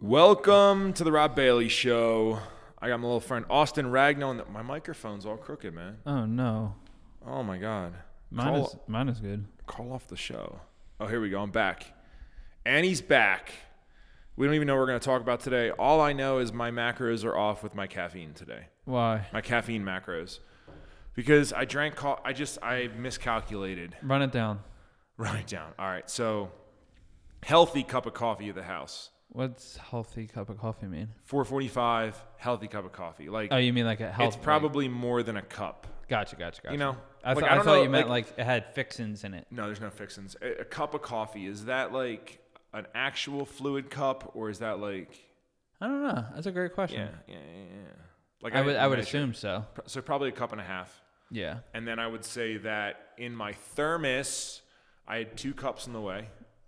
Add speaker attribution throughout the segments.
Speaker 1: Welcome to the Rob Bailey Show. I got my little friend Austin Ragno, and my microphone's all crooked, man.
Speaker 2: Oh no,
Speaker 1: Oh my god.
Speaker 2: mine
Speaker 1: call,
Speaker 2: is mine is good.
Speaker 1: call off the show. Oh, here we go. I'm back. Annie's back. We don't even know what we're going to talk about today. All I know is my macros are off with my caffeine today.
Speaker 2: Why
Speaker 1: My caffeine macros. Because I drank co- I just I miscalculated.
Speaker 2: run it down?
Speaker 1: Write it down. All right. So healthy cup of coffee at the house.
Speaker 2: What's healthy cup of coffee mean?
Speaker 1: 445 healthy cup of coffee. Like
Speaker 2: Oh, you mean like a health?
Speaker 1: it's probably more than a cup.
Speaker 2: like- gotcha, gotcha, gotcha.
Speaker 1: You know?
Speaker 2: I,
Speaker 1: Like,
Speaker 2: th- I,
Speaker 1: don't
Speaker 2: thought
Speaker 1: know,
Speaker 2: you meant like, it had fixins in it.
Speaker 1: No, there's no fixins. A, a cup of coffee is that like an actual fluid cup, or is that like
Speaker 2: I don't know. That's a great question.
Speaker 1: yeah, yeah, yeah, yeah. Like
Speaker 2: I would I would
Speaker 1: measure-
Speaker 2: assume so.
Speaker 1: so. Probably a cup and a half,
Speaker 2: Yeah.
Speaker 1: and then I would say that in my thermos, I had two cups on the way,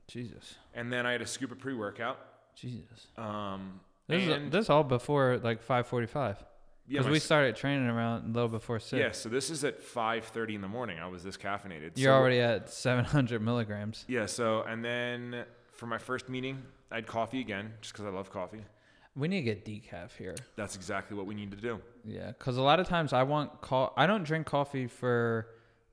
Speaker 2: Jesus,
Speaker 1: and then I had a scoop of pre-workout.
Speaker 2: Jesus.
Speaker 1: Um,
Speaker 2: This
Speaker 1: and-
Speaker 2: is this is all before like five forty five.
Speaker 1: yeah,
Speaker 2: Because
Speaker 1: my
Speaker 2: we
Speaker 1: s-
Speaker 2: started training around a little before six.
Speaker 1: yeah. So this is at 5:30 in the morning. I was this caffeinated.
Speaker 2: You're
Speaker 1: so,
Speaker 2: already at seven hundred milligrams.
Speaker 1: yeah. So and then for my first meeting, I had coffee again, just because I love coffee.
Speaker 2: We need to get decaf here.
Speaker 1: That's exactly what we need to do.
Speaker 2: Yeah, because a lot of times I want co- I don't drink coffee for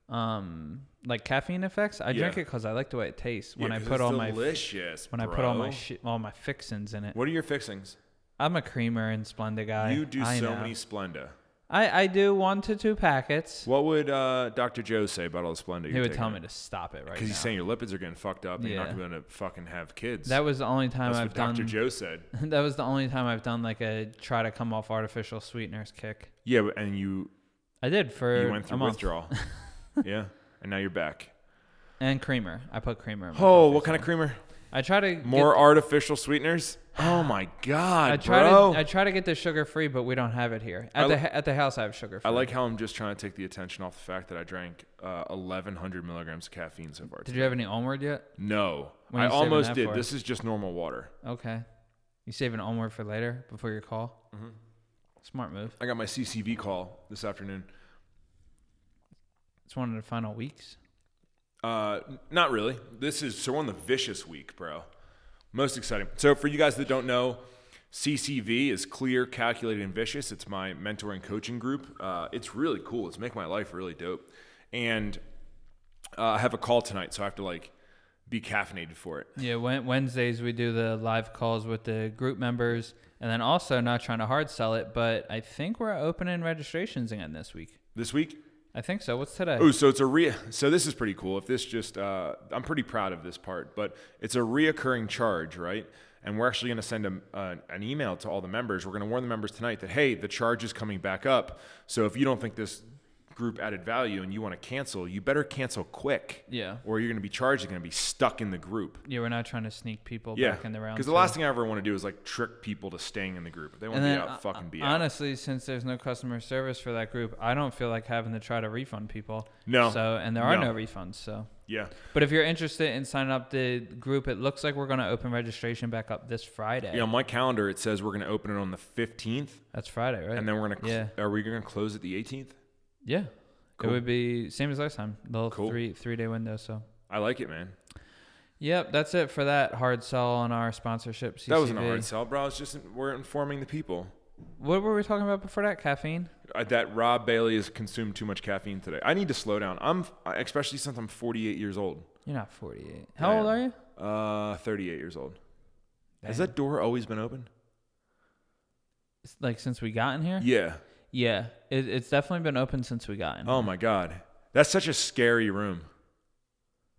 Speaker 2: um like caffeine effects. I drink
Speaker 1: Yeah.
Speaker 2: it because I like the way it tastes when
Speaker 1: Yeah,
Speaker 2: I
Speaker 1: 'cause
Speaker 2: put
Speaker 1: it's
Speaker 2: all my
Speaker 1: delicious.
Speaker 2: when I put all my
Speaker 1: bro.
Speaker 2: shi all my fixins in it.
Speaker 1: What are your fixings?
Speaker 2: I'm a creamer and Splenda guy.
Speaker 1: you do
Speaker 2: I
Speaker 1: so
Speaker 2: know.
Speaker 1: many Splenda.
Speaker 2: I I do one to two packets.
Speaker 1: What would uh, Dr. Joe say about all the Splenda?
Speaker 2: he would tell me to stop it right
Speaker 1: because
Speaker 2: now.
Speaker 1: he's saying your lipids are getting fucked up and you're not
Speaker 2: Yeah.
Speaker 1: going to fucking have kids.
Speaker 2: that was the only time
Speaker 1: That's
Speaker 2: I've
Speaker 1: what
Speaker 2: done.
Speaker 1: Dr. Joe said.
Speaker 2: that was the only time I've done like a try to come off artificial sweeteners kick.
Speaker 1: Yeah, but- and you
Speaker 2: I did for
Speaker 1: you went
Speaker 2: a
Speaker 1: through
Speaker 2: month.
Speaker 1: withdrawal. yeah, and now you're back.
Speaker 2: and creamer. I put creamer. In my
Speaker 1: Oh,
Speaker 2: coffee,
Speaker 1: what
Speaker 2: so-
Speaker 1: kind of creamer?
Speaker 2: I try to get
Speaker 1: More artificial sweeteners? Oh my god,
Speaker 2: I try
Speaker 1: bro!
Speaker 2: to I try to get the sugar free, but we don't have it here. At
Speaker 1: I
Speaker 2: the
Speaker 1: li-
Speaker 2: ha- at the house, I have sugar free.
Speaker 1: I like how I'm just trying to take the attention off the fact that I drank uh, 1,100 milligrams of caffeine so far.
Speaker 2: Did you have any onward yet?
Speaker 1: No,
Speaker 2: What are
Speaker 1: I
Speaker 2: you saving
Speaker 1: almost
Speaker 2: that
Speaker 1: did.
Speaker 2: for?
Speaker 1: This is just normal water.
Speaker 2: Okay, you saving onward for later before your call.
Speaker 1: Mm-hmm.
Speaker 2: Smart move.
Speaker 1: I got my CCV call this afternoon.
Speaker 2: It's one of the final weeks.
Speaker 1: Uh, n- not really. This is so we're on the vicious week, bro. Most exciting. So for you guys that don't know, CCV is clear, calculated, and vicious. It's my mentor and coaching group. Uh, it's really cool. It's make my life really dope. And uh, I have a call tonight, so I have to like be caffeinated for it.
Speaker 2: Yeah, Wed- Wednesdays we do the live calls with the group members, and then also not trying to hard sell it, but I think we're opening registrations again this week.
Speaker 1: This week,
Speaker 2: I think so. What's today?
Speaker 1: Oh, so it's a re. So this is pretty cool. If this just, uh, I'm pretty proud of this part, but it's a reoccurring charge, right? And we're actually going to send a, uh, an email to all the members. We're going to warn the members tonight that hey, the charge is coming back up. So if you don't think this group added value and you want to cancel, you better cancel quick.
Speaker 2: Yeah.
Speaker 1: Or you're going to be charged. You're going to be stuck in the group.
Speaker 2: Yeah, we're not trying to sneak people
Speaker 1: Yeah.
Speaker 2: back in the round.
Speaker 1: Because the
Speaker 2: two.
Speaker 1: last thing I ever want to do is like trick people to staying in the group. If they want
Speaker 2: And
Speaker 1: to be
Speaker 2: then,
Speaker 1: out,
Speaker 2: uh,
Speaker 1: fucking be out.
Speaker 2: honestly, since there's no customer service for that group, I don't feel like having to try to refund people.
Speaker 1: No.
Speaker 2: So, and there are
Speaker 1: No.
Speaker 2: no, refunds. So,
Speaker 1: Yeah.
Speaker 2: but if you're interested in signing up the group, it looks like we're going to open registration back up this Friday.
Speaker 1: Yeah. On my calendar, it says we're going to open it on the 15th,
Speaker 2: That's Friday, right?
Speaker 1: and then we're going to.
Speaker 2: yeah,
Speaker 1: Are we going to close it the 18th?
Speaker 2: yeah.
Speaker 1: Cool.
Speaker 2: It would be same as last time. The little
Speaker 1: Cool.
Speaker 2: three three day window. So.
Speaker 1: I like it, man.
Speaker 2: Yep, that's it for that hard sell on our sponsorship. CCV.
Speaker 1: That wasn't a hard sell, bro. It's just we're informing the people
Speaker 2: What were we talking about before that? Caffeine.
Speaker 1: uh, that Rob Bailey has consumed too much caffeine today. I need to slow down. I'm especially since I'm 48 years old.
Speaker 2: You're not 48. How
Speaker 1: I
Speaker 2: old
Speaker 1: am.
Speaker 2: are you?
Speaker 1: Uh, 38 years old. Has
Speaker 2: Dang.
Speaker 1: that door always been open?
Speaker 2: It's like since we got in here?
Speaker 1: Yeah.
Speaker 2: Yeah, it, it's definitely been open since we got in.
Speaker 1: Oh my God, that's such a scary room.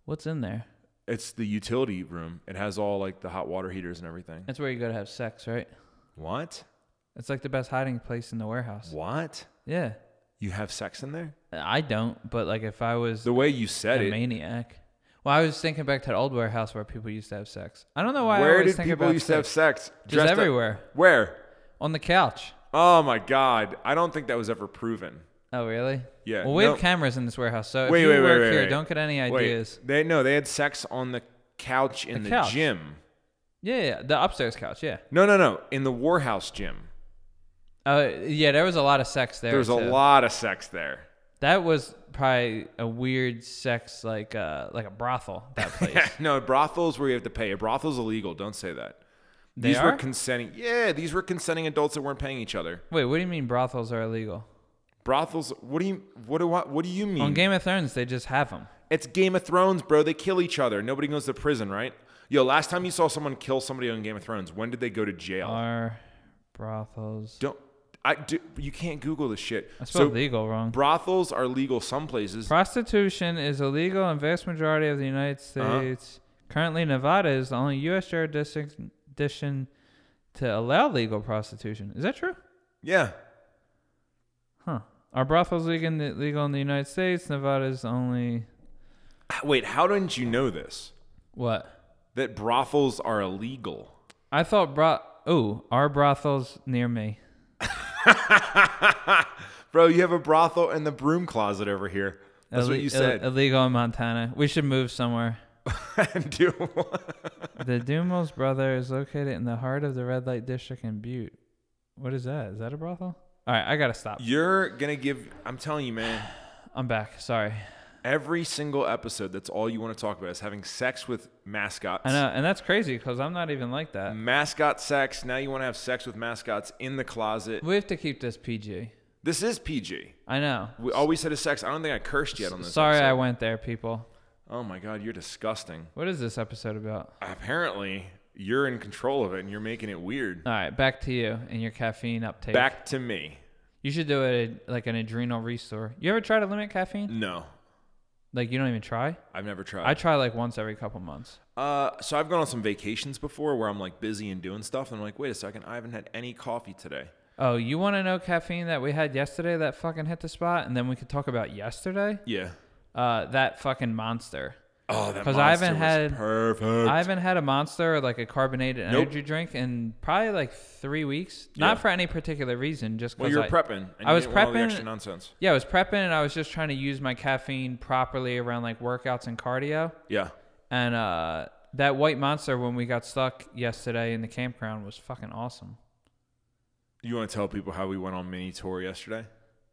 Speaker 2: What's in there?
Speaker 1: It's the utility room. It has all like the hot water heaters and everything.
Speaker 2: That's where you go to have sex, right?
Speaker 1: What?
Speaker 2: It's like the best hiding place in the warehouse.
Speaker 1: What?
Speaker 2: Yeah,
Speaker 1: You have sex in there?
Speaker 2: I don't, but like if I was
Speaker 1: The way you
Speaker 2: a
Speaker 1: said it.
Speaker 2: maniac, well, I was thinking back to the old warehouse where people used to have sex. I don't know why I
Speaker 1: Where
Speaker 2: always
Speaker 1: did
Speaker 2: think
Speaker 1: people
Speaker 2: about
Speaker 1: used to have
Speaker 2: sex.
Speaker 1: sex?
Speaker 2: Just
Speaker 1: Dressed up-
Speaker 2: everywhere
Speaker 1: Where?
Speaker 2: on the couch.
Speaker 1: Oh my God, I don't think that was ever proven.
Speaker 2: Oh really?
Speaker 1: Yeah,
Speaker 2: Well, we
Speaker 1: no.
Speaker 2: have cameras in this warehouse, so
Speaker 1: Wait,
Speaker 2: if you
Speaker 1: wait, wait,
Speaker 2: work
Speaker 1: wait,
Speaker 2: here,
Speaker 1: wait.
Speaker 2: don't get any
Speaker 1: Wait,
Speaker 2: ideas.
Speaker 1: they no, they had sex on the couch in the,
Speaker 2: The couch.
Speaker 1: gym.
Speaker 2: Yeah, yeah, the upstairs couch. Yeah.
Speaker 1: No, no, no, in the Warhouse gym.
Speaker 2: Uh, yeah, there was a lot of sex there.
Speaker 1: There was a
Speaker 2: too.
Speaker 1: lot of sex there.
Speaker 2: That was probably a weird sex, like uh, like a brothel. That place.
Speaker 1: no, brothels where you have to pay. A brothel's illegal. Don't say that.
Speaker 2: They
Speaker 1: these were
Speaker 2: are?
Speaker 1: consenting. Yeah, these were consenting adults that weren't paying each other.
Speaker 2: Wait, what do you mean brothels are illegal?
Speaker 1: Brothels. What do you? What do I? What do you mean?
Speaker 2: On Game of Thrones, they just have them.
Speaker 1: It's Game of Thrones, bro. They kill each other. Nobody goes to prison, right? Yo, last time you saw someone kill somebody on Game of Thrones, when did they go to jail?
Speaker 2: Are brothels?
Speaker 1: Don't I? Do, you can't Google this shit.
Speaker 2: I
Speaker 1: So
Speaker 2: spelled legal wrong.
Speaker 1: brothels are legal some places.
Speaker 2: Prostitution is illegal in vast majority of the United
Speaker 1: Uh-huh.
Speaker 2: States. Currently, Nevada is the only U.S. jurisdiction to allow legal prostitution. Is that true?
Speaker 1: yeah,
Speaker 2: Huh. Are brothels legal in the, legal in the United States? Nevada is the only
Speaker 1: Wait, how didn't you know this?
Speaker 2: what?
Speaker 1: That brothels are illegal.
Speaker 2: I thought bro. Oh, are brothels near me?
Speaker 1: Bro, you have a brothel and the broom closet over here. That's what
Speaker 2: Ille-
Speaker 1: you
Speaker 2: Ill-
Speaker 1: said.
Speaker 2: illegal in Montana. We should move somewhere.
Speaker 1: Do-
Speaker 2: the Dumas brother is located in the heart of the red light district in Butte. What is that? Is that a brothel? All right, I gotta stop.
Speaker 1: You're going to give, I'm telling you, man,
Speaker 2: I'm back. Sorry.
Speaker 1: every single episode, that's all you want to talk about is having sex with mascots.
Speaker 2: I know, and that's crazy because I'm not even like that.
Speaker 1: Mascot sex. Now you want to have sex with mascots in the closet.
Speaker 2: We have to keep this PG.
Speaker 1: This is PG.
Speaker 2: I know.
Speaker 1: We always said is sex. I don't think I cursed yet on this.
Speaker 2: Sorry, I
Speaker 1: episode.
Speaker 2: went there, people.
Speaker 1: Oh my God, you're disgusting.
Speaker 2: What is this episode about?
Speaker 1: Apparently, you're in control of it and you're making it weird.
Speaker 2: All right, back to you and your caffeine uptake.
Speaker 1: Back to me.
Speaker 2: You should do a like an adrenal restore. You ever try to limit caffeine?
Speaker 1: No,
Speaker 2: Like you don't even try.
Speaker 1: I've never tried.
Speaker 2: I try like once every couple months.
Speaker 1: Uh, so I've gone on some vacations before where I'm like busy and doing stuff, and I'm like, wait a second, I haven't had any coffee today.
Speaker 2: Oh, you want to know caffeine that we had yesterday that fucking hit the spot, and then we could talk about yesterday.
Speaker 1: Yeah.
Speaker 2: Uh, that fucking monster.
Speaker 1: Oh, that
Speaker 2: 'Cause
Speaker 1: monster
Speaker 2: I haven't
Speaker 1: was
Speaker 2: had-
Speaker 1: perfect.
Speaker 2: I haven't had a monster or like a carbonated
Speaker 1: Nope.
Speaker 2: energy drink in probably like three weeks.
Speaker 1: Yeah.
Speaker 2: Not for any particular reason, just
Speaker 1: well,
Speaker 2: because
Speaker 1: you were
Speaker 2: I,
Speaker 1: prepping. And
Speaker 2: I
Speaker 1: you
Speaker 2: was
Speaker 1: didn't want all the
Speaker 2: prepping-
Speaker 1: extra nonsense.
Speaker 2: yeah, I was prepping and I was just trying to use my caffeine properly around like workouts and cardio.
Speaker 1: Yeah.
Speaker 2: And uh, that white monster when we got stuck yesterday in the campground was fucking awesome.
Speaker 1: You want to tell people how we went on mini tour yesterday?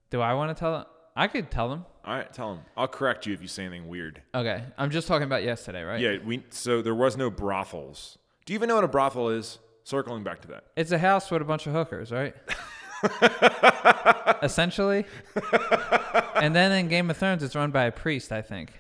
Speaker 2: Do I want to tell them? I could tell them.
Speaker 1: All right, tell them. I'll correct you if you say anything weird.
Speaker 2: Okay, I'm just talking about yesterday, right?
Speaker 1: Yeah. We so there was no brothels. Do you even know what a brothel is? Circling back to that.
Speaker 2: It's a house with a bunch of hookers, right? Essentially. and then in Game of Thrones, it's run by a priest, I think.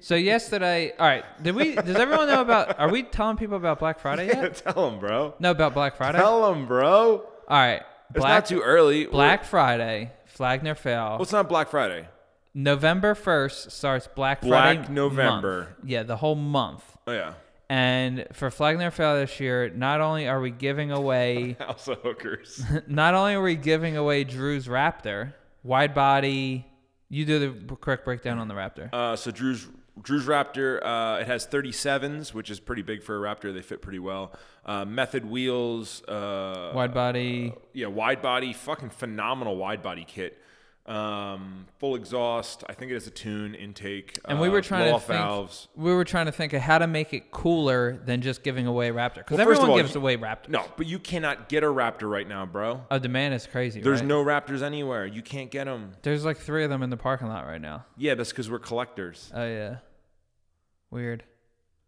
Speaker 2: so yesterday, all right, did we? Does everyone know about? Are we telling people about Black Friday yet?
Speaker 1: tell them, bro.
Speaker 2: No, about Black Friday. All
Speaker 1: Tell them, bro.
Speaker 2: right,
Speaker 1: It's
Speaker 2: Black
Speaker 1: not too early.
Speaker 2: Black Friday, Flagner
Speaker 1: Well,
Speaker 2: Fail.
Speaker 1: it's not Black Friday.
Speaker 2: November first starts Black Friday.
Speaker 1: Black November.
Speaker 2: month. Yeah, the whole month.
Speaker 1: Oh yeah.
Speaker 2: And for Flagner Fail this year, not only are we giving away.
Speaker 1: House of hookers.
Speaker 2: Not only are we giving away Drew's Raptor, wide body. You do the b- correct breakdown on the Raptor.
Speaker 1: Uh, so Drew's Drew's Raptor, uh, it has 37s, which is pretty big for a Raptor. They fit pretty well. Uh, method wheels, uh,
Speaker 2: wide body.
Speaker 1: yeah, wide body, fucking phenomenal wide body kit. Um, full exhaust. I think it has a tune intake.
Speaker 2: And we were
Speaker 1: uh,
Speaker 2: trying
Speaker 1: blow-off
Speaker 2: to think.
Speaker 1: valves.
Speaker 2: We were trying to think of how to make it cooler than just giving away Raptor, because
Speaker 1: Well, first of
Speaker 2: everyone
Speaker 1: all,
Speaker 2: gives
Speaker 1: you-
Speaker 2: away Raptor.
Speaker 1: No, but you cannot get a Raptor right now, bro.
Speaker 2: a demand is crazy.
Speaker 1: There's
Speaker 2: right?
Speaker 1: no Raptors anywhere. You can't get them.
Speaker 2: There's like three of them in the parking lot right now.
Speaker 1: Yeah, that's because we're collectors.
Speaker 2: Oh yeah, weird.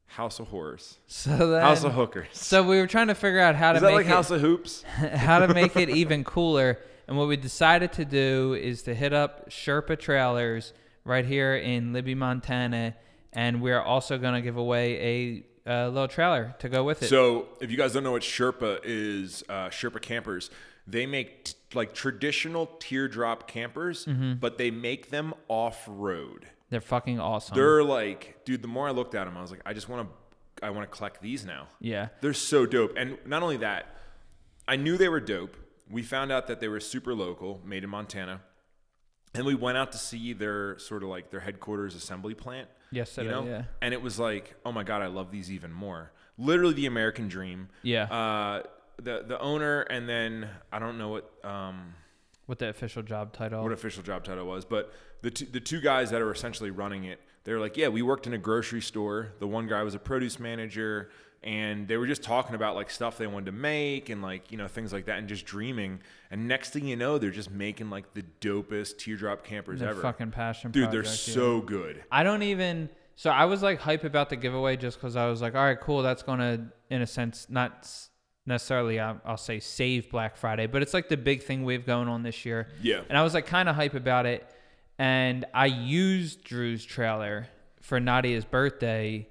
Speaker 1: House of horrors.
Speaker 2: So then,
Speaker 1: House of hookers.
Speaker 2: so we were trying to figure out how
Speaker 1: Is
Speaker 2: to
Speaker 1: that
Speaker 2: make
Speaker 1: like
Speaker 2: it,
Speaker 1: House of hoops?
Speaker 2: how to make it even cooler. And what we decided to do is to hit up Sherpa Trailers right here in Libby, Montana, and we're also going to give away a, uh little trailer to go with it.
Speaker 1: So, if you guys don't know what Sherpa is, uh, Sherpa campers, they make t- like traditional teardrop campers, but they make them off road.
Speaker 2: They're fucking awesome.
Speaker 1: They're like, dude, the more I looked at them, I was like, I just want to, I want to collect these now.
Speaker 2: yeah.
Speaker 1: They're so dope. And not only that, I knew they were dope. We found out that they were super local, made in Montana. And we went out to see their sort of like their headquarters assembly plant.
Speaker 2: Yesterday,
Speaker 1: you know?
Speaker 2: yeah.
Speaker 1: And it was like, oh my God, I love these even more. Literally the American dream.
Speaker 2: Yeah.
Speaker 1: Uh, the, the owner and then I don't know what um,
Speaker 2: With the official job title.
Speaker 1: what official job title was, but the two, the two guys that are essentially running it, they were like, yeah, we worked in a grocery store. The one guy was a produce manager, and they were just talking about like stuff they wanted to make and like you know things like that, and just dreaming. And next thing you know, they're just making like the dopest teardrop campers
Speaker 2: They're
Speaker 1: ever.
Speaker 2: fucking passion
Speaker 1: Dude, they're
Speaker 2: project, yeah.
Speaker 1: so good.
Speaker 2: I don't even. So I was like hype about the giveaway just because I was like, all right, cool. That's gonna in a sense, not s- necessarily uh, I'll, I'll say save Black Friday, but it's like the big thing we've going on this year.
Speaker 1: Yeah.
Speaker 2: And I was like kind of hype about it, and I used Drew's trailer for Nadia's birthday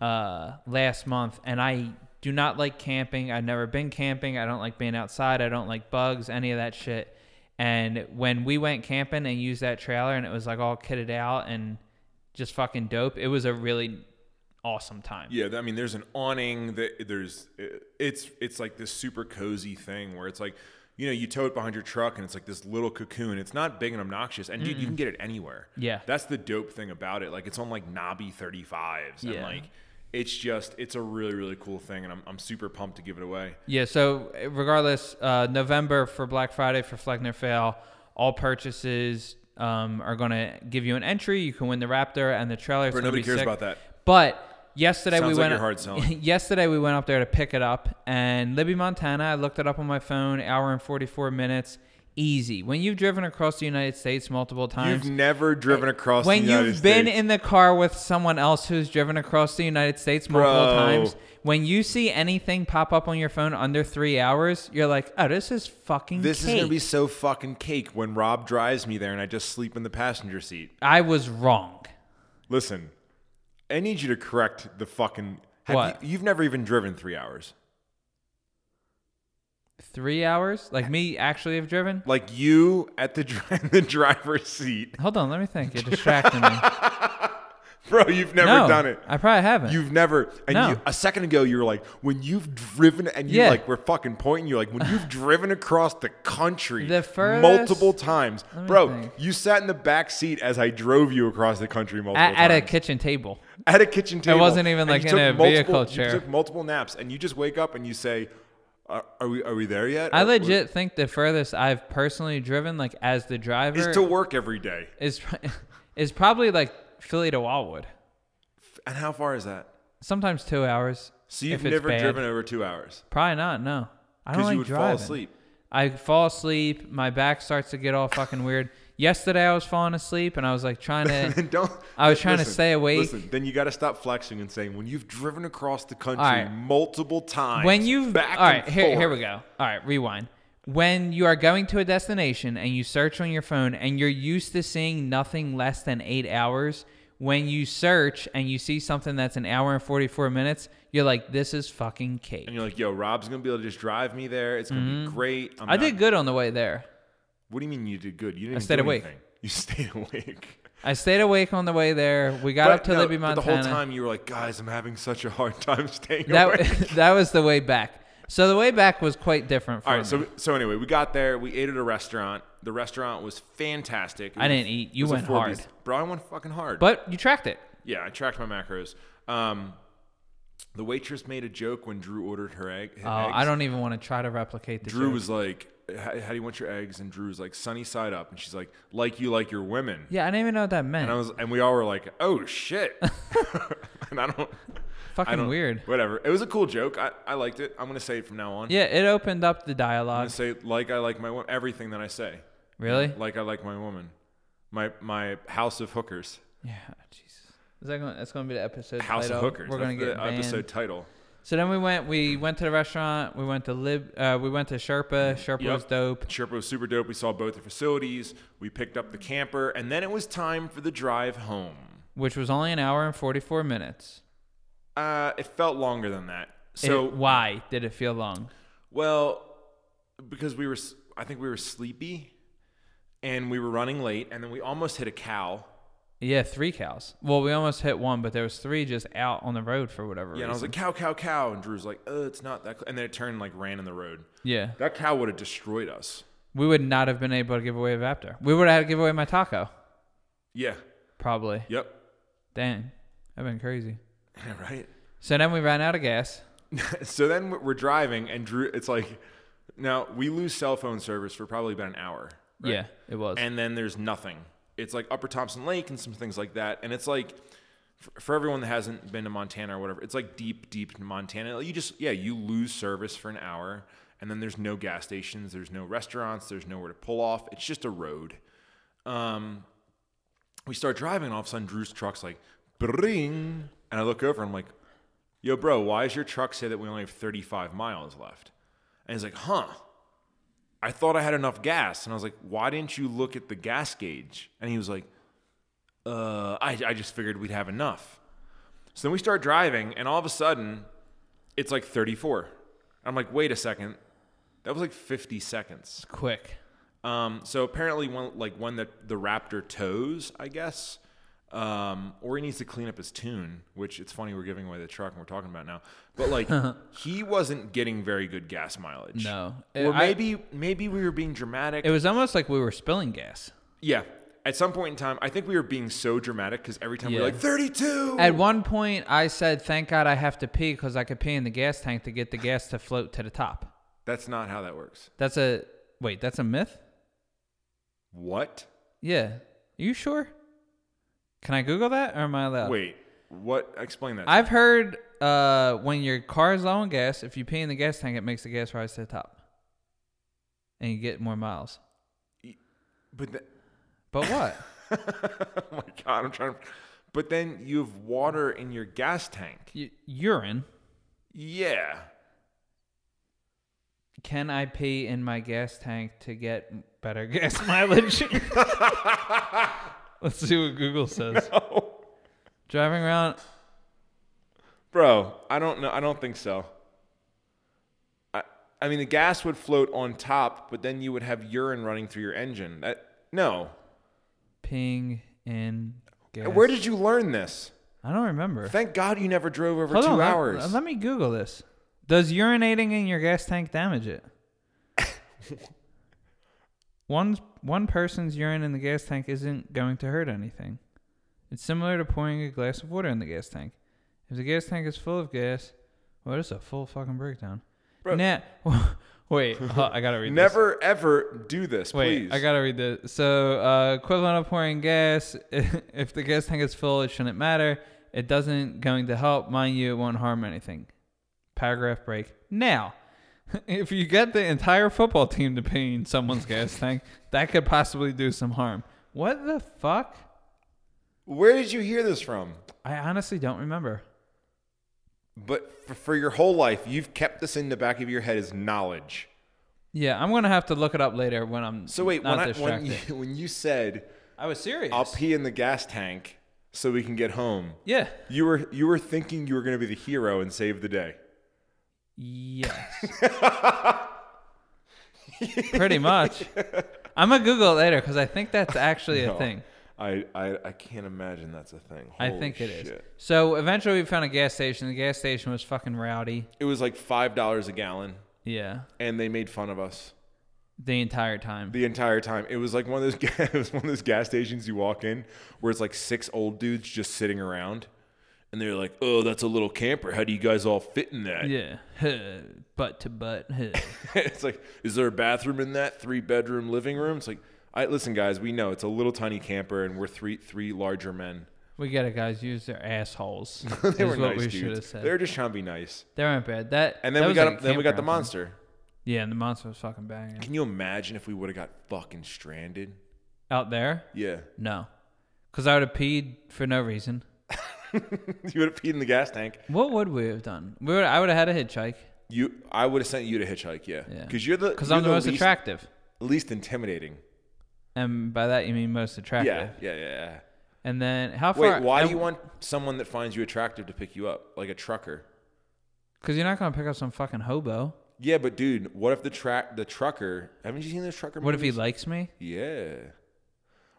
Speaker 2: uh, last month, and I do not like camping. I've never been camping. I don't like being outside. I don't like bugs, any of that shit. And when we went camping and used that trailer, and it was like all kitted out and just fucking dope. It was a really awesome time.
Speaker 1: Yeah, th- I mean, there's an awning that there's it's it's like this super cozy thing where it's like, you know, you tow it behind your truck and it's like this little cocoon. It's not big and obnoxious, and dude, you can get it anywhere.
Speaker 2: Mm. Yeah.
Speaker 1: that's the dope thing about it. Like it's on like knobby 35s, and
Speaker 2: Yeah.
Speaker 1: like it's just it's a really really cool thing, and I'm I'm super pumped to give it away.
Speaker 2: Yeah, so uh, regardless, uh, November for Black Friday for Fleckner Fail, all purchases um, are going to give you an entry. You can win the Raptor and the trailer. It's
Speaker 1: But
Speaker 2: gonna
Speaker 1: nobody
Speaker 2: be
Speaker 1: cares
Speaker 2: sick.
Speaker 1: about that.
Speaker 2: But yesterday
Speaker 1: Sounds like
Speaker 2: we went
Speaker 1: you're hard selling.
Speaker 2: yesterday we went up there to pick it up, and Libby, Montana. I looked it up on my phone. Hour and forty four minutes, easy. When you've driven across the United States multiple times,
Speaker 1: You've never driven across
Speaker 2: when
Speaker 1: the United
Speaker 2: you've been
Speaker 1: States.
Speaker 2: in the car with someone else who's driven across the United States multiple
Speaker 1: Bro.
Speaker 2: times, when you see anything pop up on your phone under three hours, you're like, "Oh, this is fucking."
Speaker 1: This is
Speaker 2: cake."
Speaker 1: gonna be so fucking cake when Rob drives me there and I just sleep in the passenger seat.
Speaker 2: I was wrong.
Speaker 1: Listen, I need you to correct the fucking. Have
Speaker 2: What?
Speaker 1: You, you've never even driven three hours.
Speaker 2: Three hours? Like me actually have driven?
Speaker 1: Like you at the dri- the driver's seat,
Speaker 2: Hold on, let me think. You're distracting me.
Speaker 1: bro. You've never
Speaker 2: no,
Speaker 1: done it.
Speaker 2: I probably haven't.
Speaker 1: You've never. And
Speaker 2: No.
Speaker 1: you, a second ago, you were like, when you've driven, and you
Speaker 2: Yeah.
Speaker 1: like were fucking pointing. You're like, when you've driven across the country
Speaker 2: The furthest-
Speaker 1: multiple times,
Speaker 2: me
Speaker 1: bro.
Speaker 2: think.
Speaker 1: You sat in the back seat as I drove you across the country multiple
Speaker 2: at, at
Speaker 1: times.
Speaker 2: a kitchen table.
Speaker 1: at a kitchen table.
Speaker 2: wasn't even,
Speaker 1: and
Speaker 2: like,
Speaker 1: you
Speaker 2: in
Speaker 1: took
Speaker 2: a
Speaker 1: multiple,
Speaker 2: vehicle
Speaker 1: You
Speaker 2: chair.
Speaker 1: took multiple naps, and you just wake up and you say, "Are, are we are we there yet?"
Speaker 2: I
Speaker 1: Or-
Speaker 2: legit think the furthest I've personally driven, like as the driver,
Speaker 1: is to work every day.
Speaker 2: is is probably like Philly to Wildwood.
Speaker 1: And how far is that?
Speaker 2: Sometimes two hours.
Speaker 1: So you've
Speaker 2: if it's
Speaker 1: never
Speaker 2: bad.
Speaker 1: driven over two hours
Speaker 2: Probably not. No, I don't
Speaker 1: because
Speaker 2: like
Speaker 1: you would
Speaker 2: driving.
Speaker 1: fall asleep.
Speaker 2: I fall asleep. My back starts to get all fucking weird. Yesterday I was falling asleep and I was like trying to.
Speaker 1: And don't.
Speaker 2: Eh. I was trying to
Speaker 1: listen,
Speaker 2: stay awake.
Speaker 1: Listen, then you got to stop flexing and saying when you've driven across the country
Speaker 2: All right.
Speaker 1: multiple times.
Speaker 2: when you've
Speaker 1: back
Speaker 2: all right,
Speaker 1: and
Speaker 2: here here we
Speaker 1: forth,
Speaker 2: go. All right, rewind. When you are going to a destination and you search on your phone and you're used to seeing nothing less than eight hours, when you search and you see something that's an hour and forty four minutes, you're like, "This is fucking cake."
Speaker 1: And you're like, "Yo, Rob's gonna be able to just drive me there. It's gonna be great." I'm
Speaker 2: Mm-hmm. I
Speaker 1: not-
Speaker 2: did good on the way there.
Speaker 1: What do you mean you did good? You didn't.
Speaker 2: stayed
Speaker 1: do
Speaker 2: awake.
Speaker 1: Anything. You stayed awake.
Speaker 2: I stayed awake on the way there. We got up to
Speaker 1: no,
Speaker 2: Libby,
Speaker 1: but
Speaker 2: Montana.
Speaker 1: the whole time you were like, guys, I'm having such a hard time staying awake.
Speaker 2: that that was the way back. So the way back was quite different for
Speaker 1: All
Speaker 2: me.
Speaker 1: right, so so anyway, we got there. We ate at a restaurant. The restaurant was fantastic. It
Speaker 2: I
Speaker 1: was-
Speaker 2: didn't eat.
Speaker 1: it
Speaker 2: You
Speaker 1: was a
Speaker 2: went
Speaker 1: four
Speaker 2: hard.
Speaker 1: piece. bro. I went fucking hard.
Speaker 2: but you tracked it.
Speaker 1: yeah, I tracked my macros. Um, the waitress made a joke when Drew ordered her egg. his
Speaker 2: Oh,
Speaker 1: eggs.
Speaker 2: I don't even want to try to replicate the
Speaker 1: Drew
Speaker 2: joke.
Speaker 1: was like, "How how do you want your eggs?" And Drew was like, "Sunny side up." And she's like, "Like you like your women."
Speaker 2: Yeah, I didn't even know what that meant.
Speaker 1: And I was, and we all were like, "Oh shit!" and I don't. I
Speaker 2: Fucking
Speaker 1: don't,
Speaker 2: weird.
Speaker 1: Whatever. It was a cool joke. I, I liked it. I'm gonna say it from now on.
Speaker 2: Yeah, it opened up the
Speaker 1: I
Speaker 2: dialogue.
Speaker 1: say like I like my woman. Everything that I say,
Speaker 2: Really?
Speaker 1: like I like my woman. My my house of hookers.
Speaker 2: Yeah. Jesus. Is that going? That's going to be the episode.
Speaker 1: House
Speaker 2: title.
Speaker 1: of hookers.
Speaker 2: We're going to
Speaker 1: That's
Speaker 2: get
Speaker 1: the
Speaker 2: banned.
Speaker 1: episode title.
Speaker 2: So then we went. We went to the restaurant. We went to lib. Uh, we went to Sherpa. Sherpa
Speaker 1: Mm, Yep.
Speaker 2: was dope.
Speaker 1: Sherpa was super dope. We saw both the facilities. We picked up the camper, and then it was time for the drive home.
Speaker 2: Which was only an hour and forty four minutes.
Speaker 1: Uh, it felt longer than that.
Speaker 2: It-
Speaker 1: So
Speaker 2: why did it feel long?
Speaker 1: Well, because we were, s- I think we were sleepy, and we were running late, and then we almost hit a cow.
Speaker 2: Yeah, three cows. Well, we almost hit one, but there was three just out on the road for whatever
Speaker 1: Yeah, and I was
Speaker 2: reason.
Speaker 1: like, cow, cow, cow, and Drew's like, oh, it's not that. Cl-. And then it turned like ran in the road.
Speaker 2: yeah,
Speaker 1: That cow would have destroyed us.
Speaker 2: we would not have been able to give away a Raptor. We would have had to give away my taco,
Speaker 1: Yeah.
Speaker 2: probably.
Speaker 1: Yep.
Speaker 2: Dang, I've been crazy.
Speaker 1: right.
Speaker 2: So then we ran out of gas.
Speaker 1: so then we're- we're driving, and Drew, it's like, now we lose cell phone service for probably about an hour,
Speaker 2: Yeah, it was.
Speaker 1: and then there's nothing. It's like Upper Thompson Lake and some things like that, and it's like. for- For everyone that hasn't been to Montana or whatever, it's like deep, deep Montana. You just, yeah, you lose service for an hour, and then there's no gas stations, there's no restaurants, there's nowhere to pull off. It's just a road. Um, we start driving, and all of a sudden, Drew's truck's like, bring. And I look over, and I'm like, yo, bro, why does your truck say that we only have 35 miles left? And he's like, huh. I thought I had enough gas. And I was like, why didn't you look at the gas gauge? And he was like, uh, I, I just figured we'd have enough. So then we start driving, and all of a sudden, it's like 34. I'm like, wait a second. That was like 50 seconds.
Speaker 2: Quick.
Speaker 1: Um, so apparently, when, like when the, the raptor tows, I guess, um, or he needs to clean up his tune, which it's funny we're giving away the truck and we're talking about it now. But like, he wasn't getting very good gas mileage.
Speaker 2: No.
Speaker 1: Or
Speaker 2: I-
Speaker 1: maybe maybe we were being dramatic.
Speaker 2: It was almost like we were spilling gas.
Speaker 1: yeah. At some point in time, I think we were being so dramatic because every time we
Speaker 2: Yeah.
Speaker 1: we're like 32.
Speaker 2: At one point, I said, "Thank God I have to pee because I could pee in the gas tank to get the gas to float to the top."
Speaker 1: That's not how that works.
Speaker 2: That's a wait. That's a myth.
Speaker 1: What?
Speaker 2: Yeah. Are you sure? Can I Google that, or am I allowed?
Speaker 1: Wait. What? Explain that.
Speaker 2: I've heard uh, when your car is low on gas, if you pee in the gas tank, it makes the gas rise to the top, and you get more miles.
Speaker 1: but the,
Speaker 2: But what?
Speaker 1: oh my god, I'm trying to. But then you have water in your gas tank.
Speaker 2: U- urine.
Speaker 1: Yeah.
Speaker 2: Can I pee in my gas tank to get better gas mileage? Let's see what Google says. Driving around
Speaker 1: Bro, I don't know. I don't think so. I, I mean, the gas would float on top, but then you would have urine running through your engine. That no.
Speaker 2: peeing in gas.
Speaker 1: Where did you learn this?
Speaker 2: I don't remember.
Speaker 1: Thank God you never drove over two
Speaker 2: on, let-
Speaker 1: hours.
Speaker 2: Let, me Google this. Does urinating in your gas tank damage it? one one person's urine in the gas tank isn't going to hurt anything. It's similar to pouring a glass of water in the gas tank. If the gas tank is full of gas, well, it's a full fucking breakdown.
Speaker 1: Bro-
Speaker 2: Nah, wait, hold- I gotta read. this.
Speaker 1: never ever do this,
Speaker 2: Wait,
Speaker 1: please.
Speaker 2: I gotta read this. So, uh, equivalent of pouring gas. if the gas tank is full, it shouldn't matter. It doesn't going to help, mind you. It won't harm anything. Paragraph break. Now, if you get the entire football team to pee in someone's gas tank, that could possibly do some harm. What the fuck?
Speaker 1: Where did you hear this from?
Speaker 2: I honestly don't remember.
Speaker 1: But for, for your whole life, you've kept this in the back of your head as knowledge.
Speaker 2: Yeah, I'm gonna have to look it up later when I'm
Speaker 1: So wait,
Speaker 2: not
Speaker 1: when, I,
Speaker 2: distracted.
Speaker 1: when, you, when you said
Speaker 2: I was serious.
Speaker 1: I'll pee in the gas tank so we can get home,
Speaker 2: yeah.
Speaker 1: you were you were thinking you were going to be the hero and save the day.
Speaker 2: Yes. Pretty much. I'm gonna Google it later because I think that's actually
Speaker 1: No.
Speaker 2: a thing.
Speaker 1: I, I I can't imagine that's a thing.
Speaker 2: I
Speaker 1: Holy
Speaker 2: think it is.
Speaker 1: shit.
Speaker 2: So eventually we found a gas station. The gas station was fucking rowdy.
Speaker 1: It was like five dollars a gallon,
Speaker 2: Yeah.
Speaker 1: and they made fun of us
Speaker 2: The entire time.
Speaker 1: the entire time. It was like one of those ga- it was one of those gas stations you walk in where it's like six old dudes just sitting around, and they're like, "Oh, that's a little camper. How do you guys all fit in that?"
Speaker 2: yeah. Huh. butt to butt. Huh.
Speaker 1: it's like, is there a bathroom in that three bedroom living room? It's like, I listen, guys, we know it's a little tiny camper, and we're three three larger men.
Speaker 2: we gotta guys use their assholes.
Speaker 1: they
Speaker 2: is
Speaker 1: were
Speaker 2: what
Speaker 1: nice
Speaker 2: we should have
Speaker 1: dudes.
Speaker 2: said.
Speaker 1: They were just trying to be nice.
Speaker 2: they weren't bad. That
Speaker 1: And then
Speaker 2: that
Speaker 1: we
Speaker 2: was
Speaker 1: got
Speaker 2: like a
Speaker 1: then we got the
Speaker 2: campground thing.
Speaker 1: monster.
Speaker 2: Yeah, and the monster was fucking banging.
Speaker 1: Can you imagine if we would have got fucking stranded?
Speaker 2: Out there?
Speaker 1: Yeah,
Speaker 2: No. Cause I would have peed for no reason.
Speaker 1: you would have peed in the gas tank.
Speaker 2: What would we have done? We would, I would have had a hitchhike
Speaker 1: You, I would have sent you to hitchhike. Yeah,
Speaker 2: Yeah.
Speaker 1: because you're the
Speaker 2: because
Speaker 1: you're
Speaker 2: I'm the, most
Speaker 1: least,
Speaker 2: attractive.
Speaker 1: least intimidating.
Speaker 2: And by that you mean most attractive.
Speaker 1: Yeah, yeah, yeah. yeah.
Speaker 2: And then how
Speaker 1: Wait,
Speaker 2: far?
Speaker 1: why do you want someone that finds you attractive to pick you up, like a trucker?
Speaker 2: Because you're not gonna pick up some fucking hobo.
Speaker 1: Yeah, but dude, what if the track the trucker? Haven't you seen those trucker?
Speaker 2: What if he
Speaker 1: movies?
Speaker 2: likes me?
Speaker 1: Yeah.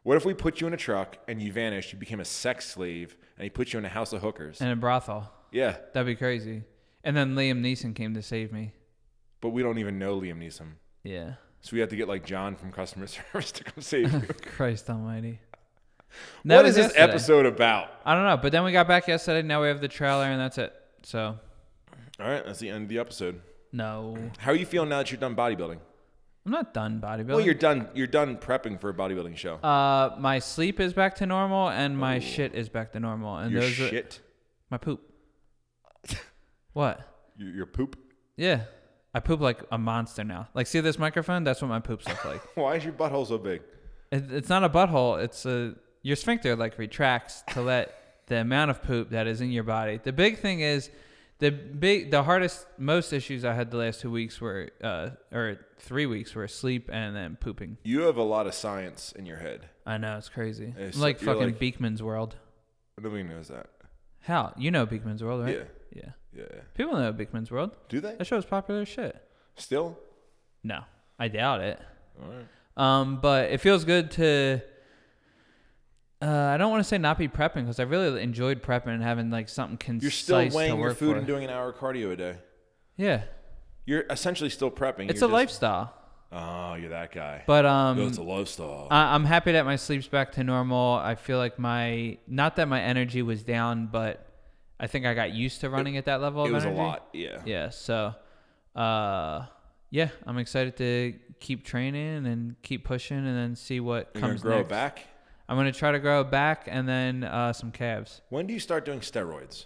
Speaker 1: What if we put you in a truck and you vanished? You became a sex slave, and he put you in a house of hookers.
Speaker 2: In a brothel.
Speaker 1: yeah,
Speaker 2: That'd be crazy. And then Liam Neeson came to save me.
Speaker 1: but we don't even know Liam Neeson,
Speaker 2: Yeah.
Speaker 1: so we have to get like John from customer service to come save you.
Speaker 2: Christ Almighty. That
Speaker 1: what
Speaker 2: was
Speaker 1: is this
Speaker 2: yesterday.
Speaker 1: episode about?
Speaker 2: I don't know. But then we got back yesterday. Now we have the trailer, and that's it. So
Speaker 1: All right, that's the end of the episode.
Speaker 2: no,
Speaker 1: How are you feeling now that you're done bodybuilding?
Speaker 2: I'm not done bodybuilding.
Speaker 1: Well, you're done. You're done prepping for a bodybuilding show.
Speaker 2: uh, my sleep is back to normal, and my shit is back to normal, and
Speaker 1: Oh. your
Speaker 2: those are
Speaker 1: shit,
Speaker 2: my poop. what?
Speaker 1: your, your poop.
Speaker 2: Yeah. I poop like a monster now. Like, see this microphone? That's what my poops look like.
Speaker 1: Why is your butthole so big?
Speaker 2: it, it's not a butthole. It's a your sphincter like retracts to let the amount of poop that is in your body. The big thing is The big, the hardest, most issues I had the last two weeks were, uh, or three weeks were sleep and then pooping.
Speaker 1: You have a lot of science in your head.
Speaker 2: I know it's crazy.
Speaker 1: It's-
Speaker 2: like
Speaker 1: you're
Speaker 2: fucking
Speaker 1: like-
Speaker 2: Beekman's World.
Speaker 1: Nobody knows that.
Speaker 2: How you know Beekman's World, right?
Speaker 1: Yeah.
Speaker 2: Yeah.
Speaker 1: Yeah.
Speaker 2: People know Beekman's World.
Speaker 1: Do they?
Speaker 2: That show is popular as shit.
Speaker 1: Still?
Speaker 2: No, I doubt it.
Speaker 1: All right.
Speaker 2: Um, but it feels good to. Uh, I don't want to say not be prepping because I really enjoyed prepping and having like something concise
Speaker 1: You're still
Speaker 2: to
Speaker 1: weighing
Speaker 2: work
Speaker 1: your food
Speaker 2: for.
Speaker 1: and doing an hour cardio a day.
Speaker 2: yeah,
Speaker 1: You're essentially still prepping.
Speaker 2: it's
Speaker 1: You're
Speaker 2: a
Speaker 1: just-
Speaker 2: lifestyle.
Speaker 1: Oh, you're that guy.
Speaker 2: But
Speaker 1: No,
Speaker 2: um,
Speaker 1: it's a lifestyle.
Speaker 2: I, I'm happy that my sleep's back to normal. I feel like my not that my energy was down, but I think I got used to running at that level.
Speaker 1: it
Speaker 2: of
Speaker 1: was
Speaker 2: energy.
Speaker 1: a lot. Yeah.
Speaker 2: Yeah. So, uh, yeah, I'm excited to keep training and keep pushing, and then see what
Speaker 1: You're gonna
Speaker 2: comes
Speaker 1: grow
Speaker 2: next.
Speaker 1: back.
Speaker 2: I'm gonna try to grow a back and then uh, some calves.
Speaker 1: When do you start doing steroids?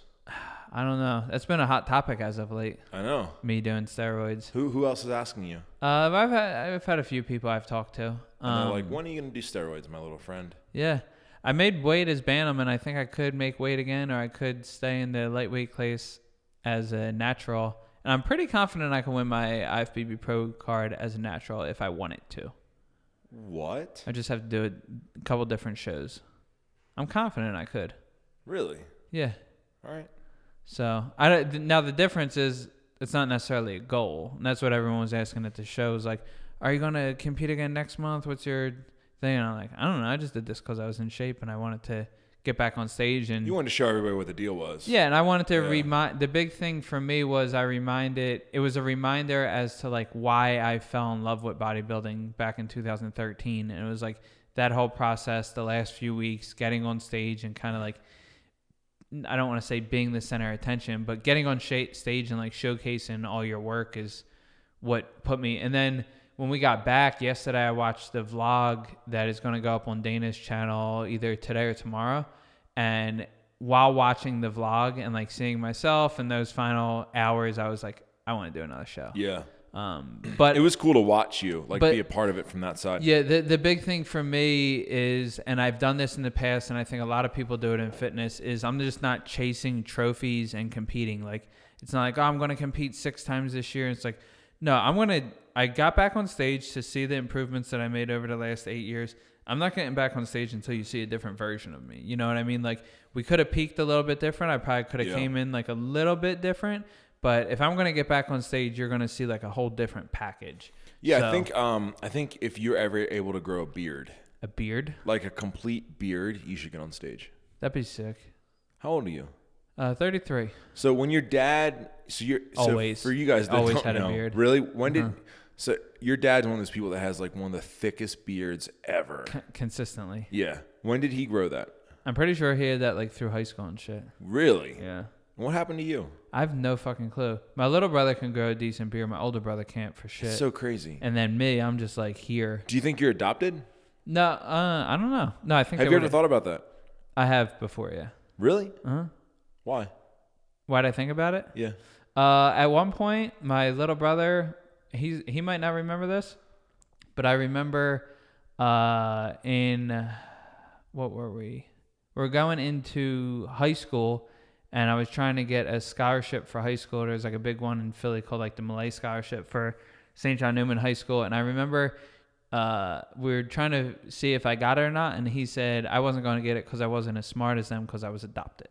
Speaker 2: I don't know. That's been a hot topic as of late.
Speaker 1: I know.
Speaker 2: Me doing steroids.
Speaker 1: Who who else is asking you?
Speaker 2: Uh, I've had I've had a few people I've talked to.
Speaker 1: And
Speaker 2: Um,
Speaker 1: they're like, when are you gonna do steroids, my little friend?
Speaker 2: yeah, I made weight as bantam, and I think I could make weight again, or I could stay in the lightweight class as a natural. And I'm pretty confident I can win my IFBB Pro card as a natural if I wanted to.
Speaker 1: What?
Speaker 2: I just have to do a couple different shows. I'm confident I could.
Speaker 1: Really?
Speaker 2: Yeah.
Speaker 1: All right.
Speaker 2: So I don't, th- now the difference is it's not necessarily a goal, and that's what everyone was asking at the show. Is like, are you going to compete again next month? What's your thing? And I'm like, I don't know. I just did this because I was in shape and I wanted to get back on stage and
Speaker 1: You wanted to show everybody what the deal was.
Speaker 2: Hmm. yeah, and I wanted to
Speaker 1: Yeah.
Speaker 2: remind the big thing for me was I reminded it was a reminder as to like why I fell in love with bodybuilding back in 2013, and it was like that whole process, the last few weeks, getting on stage and kind of like I don't want to say being the center of attention, but getting on sha- stage and like showcasing all your work is what put me. And then when we got back yesterday, I watched the vlog that is going to go up on Dana's channel either today or tomorrow. And while watching the vlog and like seeing myself in those final hours, I was like, I want to do another show.
Speaker 1: Yeah.
Speaker 2: Um, but
Speaker 1: It was cool to watch you, like
Speaker 2: But-
Speaker 1: be a part of it from that side.
Speaker 2: yeah, the the big thing for me is, and I've done this in the past, and I think a lot of people do it in fitness. Is I'm just not chasing trophies and competing. Like it's not like oh, I'm going to compete six times this year. It's like no, I'm gonna. I got back on stage to see the improvements that I made over the last eight years. I'm not getting back on stage until you see a different version of me. You know what I mean? Like we could have peaked a little bit different. I probably could have
Speaker 1: Yeah.
Speaker 2: came in like a little bit different. But if I'm gonna get back on stage, you're gonna see like a whole different package.
Speaker 1: Yeah, I
Speaker 2: So,
Speaker 1: think um I think if you're ever able to grow a beard,
Speaker 2: a beard.
Speaker 1: like a complete beard, you should get on stage.
Speaker 2: That'd be sick.
Speaker 1: How old are you?
Speaker 2: Uh, 33.
Speaker 1: So when your dad, so you're so
Speaker 2: Always.
Speaker 1: for you guys that
Speaker 2: Always
Speaker 1: don't
Speaker 2: had a
Speaker 1: know,
Speaker 2: beard. Uh-huh.
Speaker 1: Really, when did so your dad's one of those people that has like one of the thickest beards ever.
Speaker 2: C- consistently.
Speaker 1: yeah. When did he grow that?
Speaker 2: I'm pretty sure he had that like through high school and shit.
Speaker 1: Really?
Speaker 2: Yeah.
Speaker 1: What happened to you?
Speaker 2: I have no fucking clue. My little brother can grow a decent beard. My older brother can't for shit.
Speaker 1: It's so crazy.
Speaker 2: and then me, I'm just like here.
Speaker 1: Do you think you're adopted?
Speaker 2: No, uh, I don't know. No, I think
Speaker 1: Have
Speaker 2: they
Speaker 1: you ever
Speaker 2: would've-
Speaker 1: thought about that?
Speaker 2: I have before. Yeah.
Speaker 1: Really?
Speaker 2: Uh-huh.
Speaker 1: Why?
Speaker 2: Why'd I think about it?
Speaker 1: Yeah.
Speaker 2: Uh, at one point, my little brother, he's he might not remember this, but I remember uh, in what were we? We are going into high school, and I was trying to get a scholarship for high school. There's like a big one in Philly called like the Malay Scholarship for St. John Newman High School, and I remember. Uh, we were trying to see if I got it or not, and he said I wasn't going to get it because I wasn't as smart as them because I was adopted.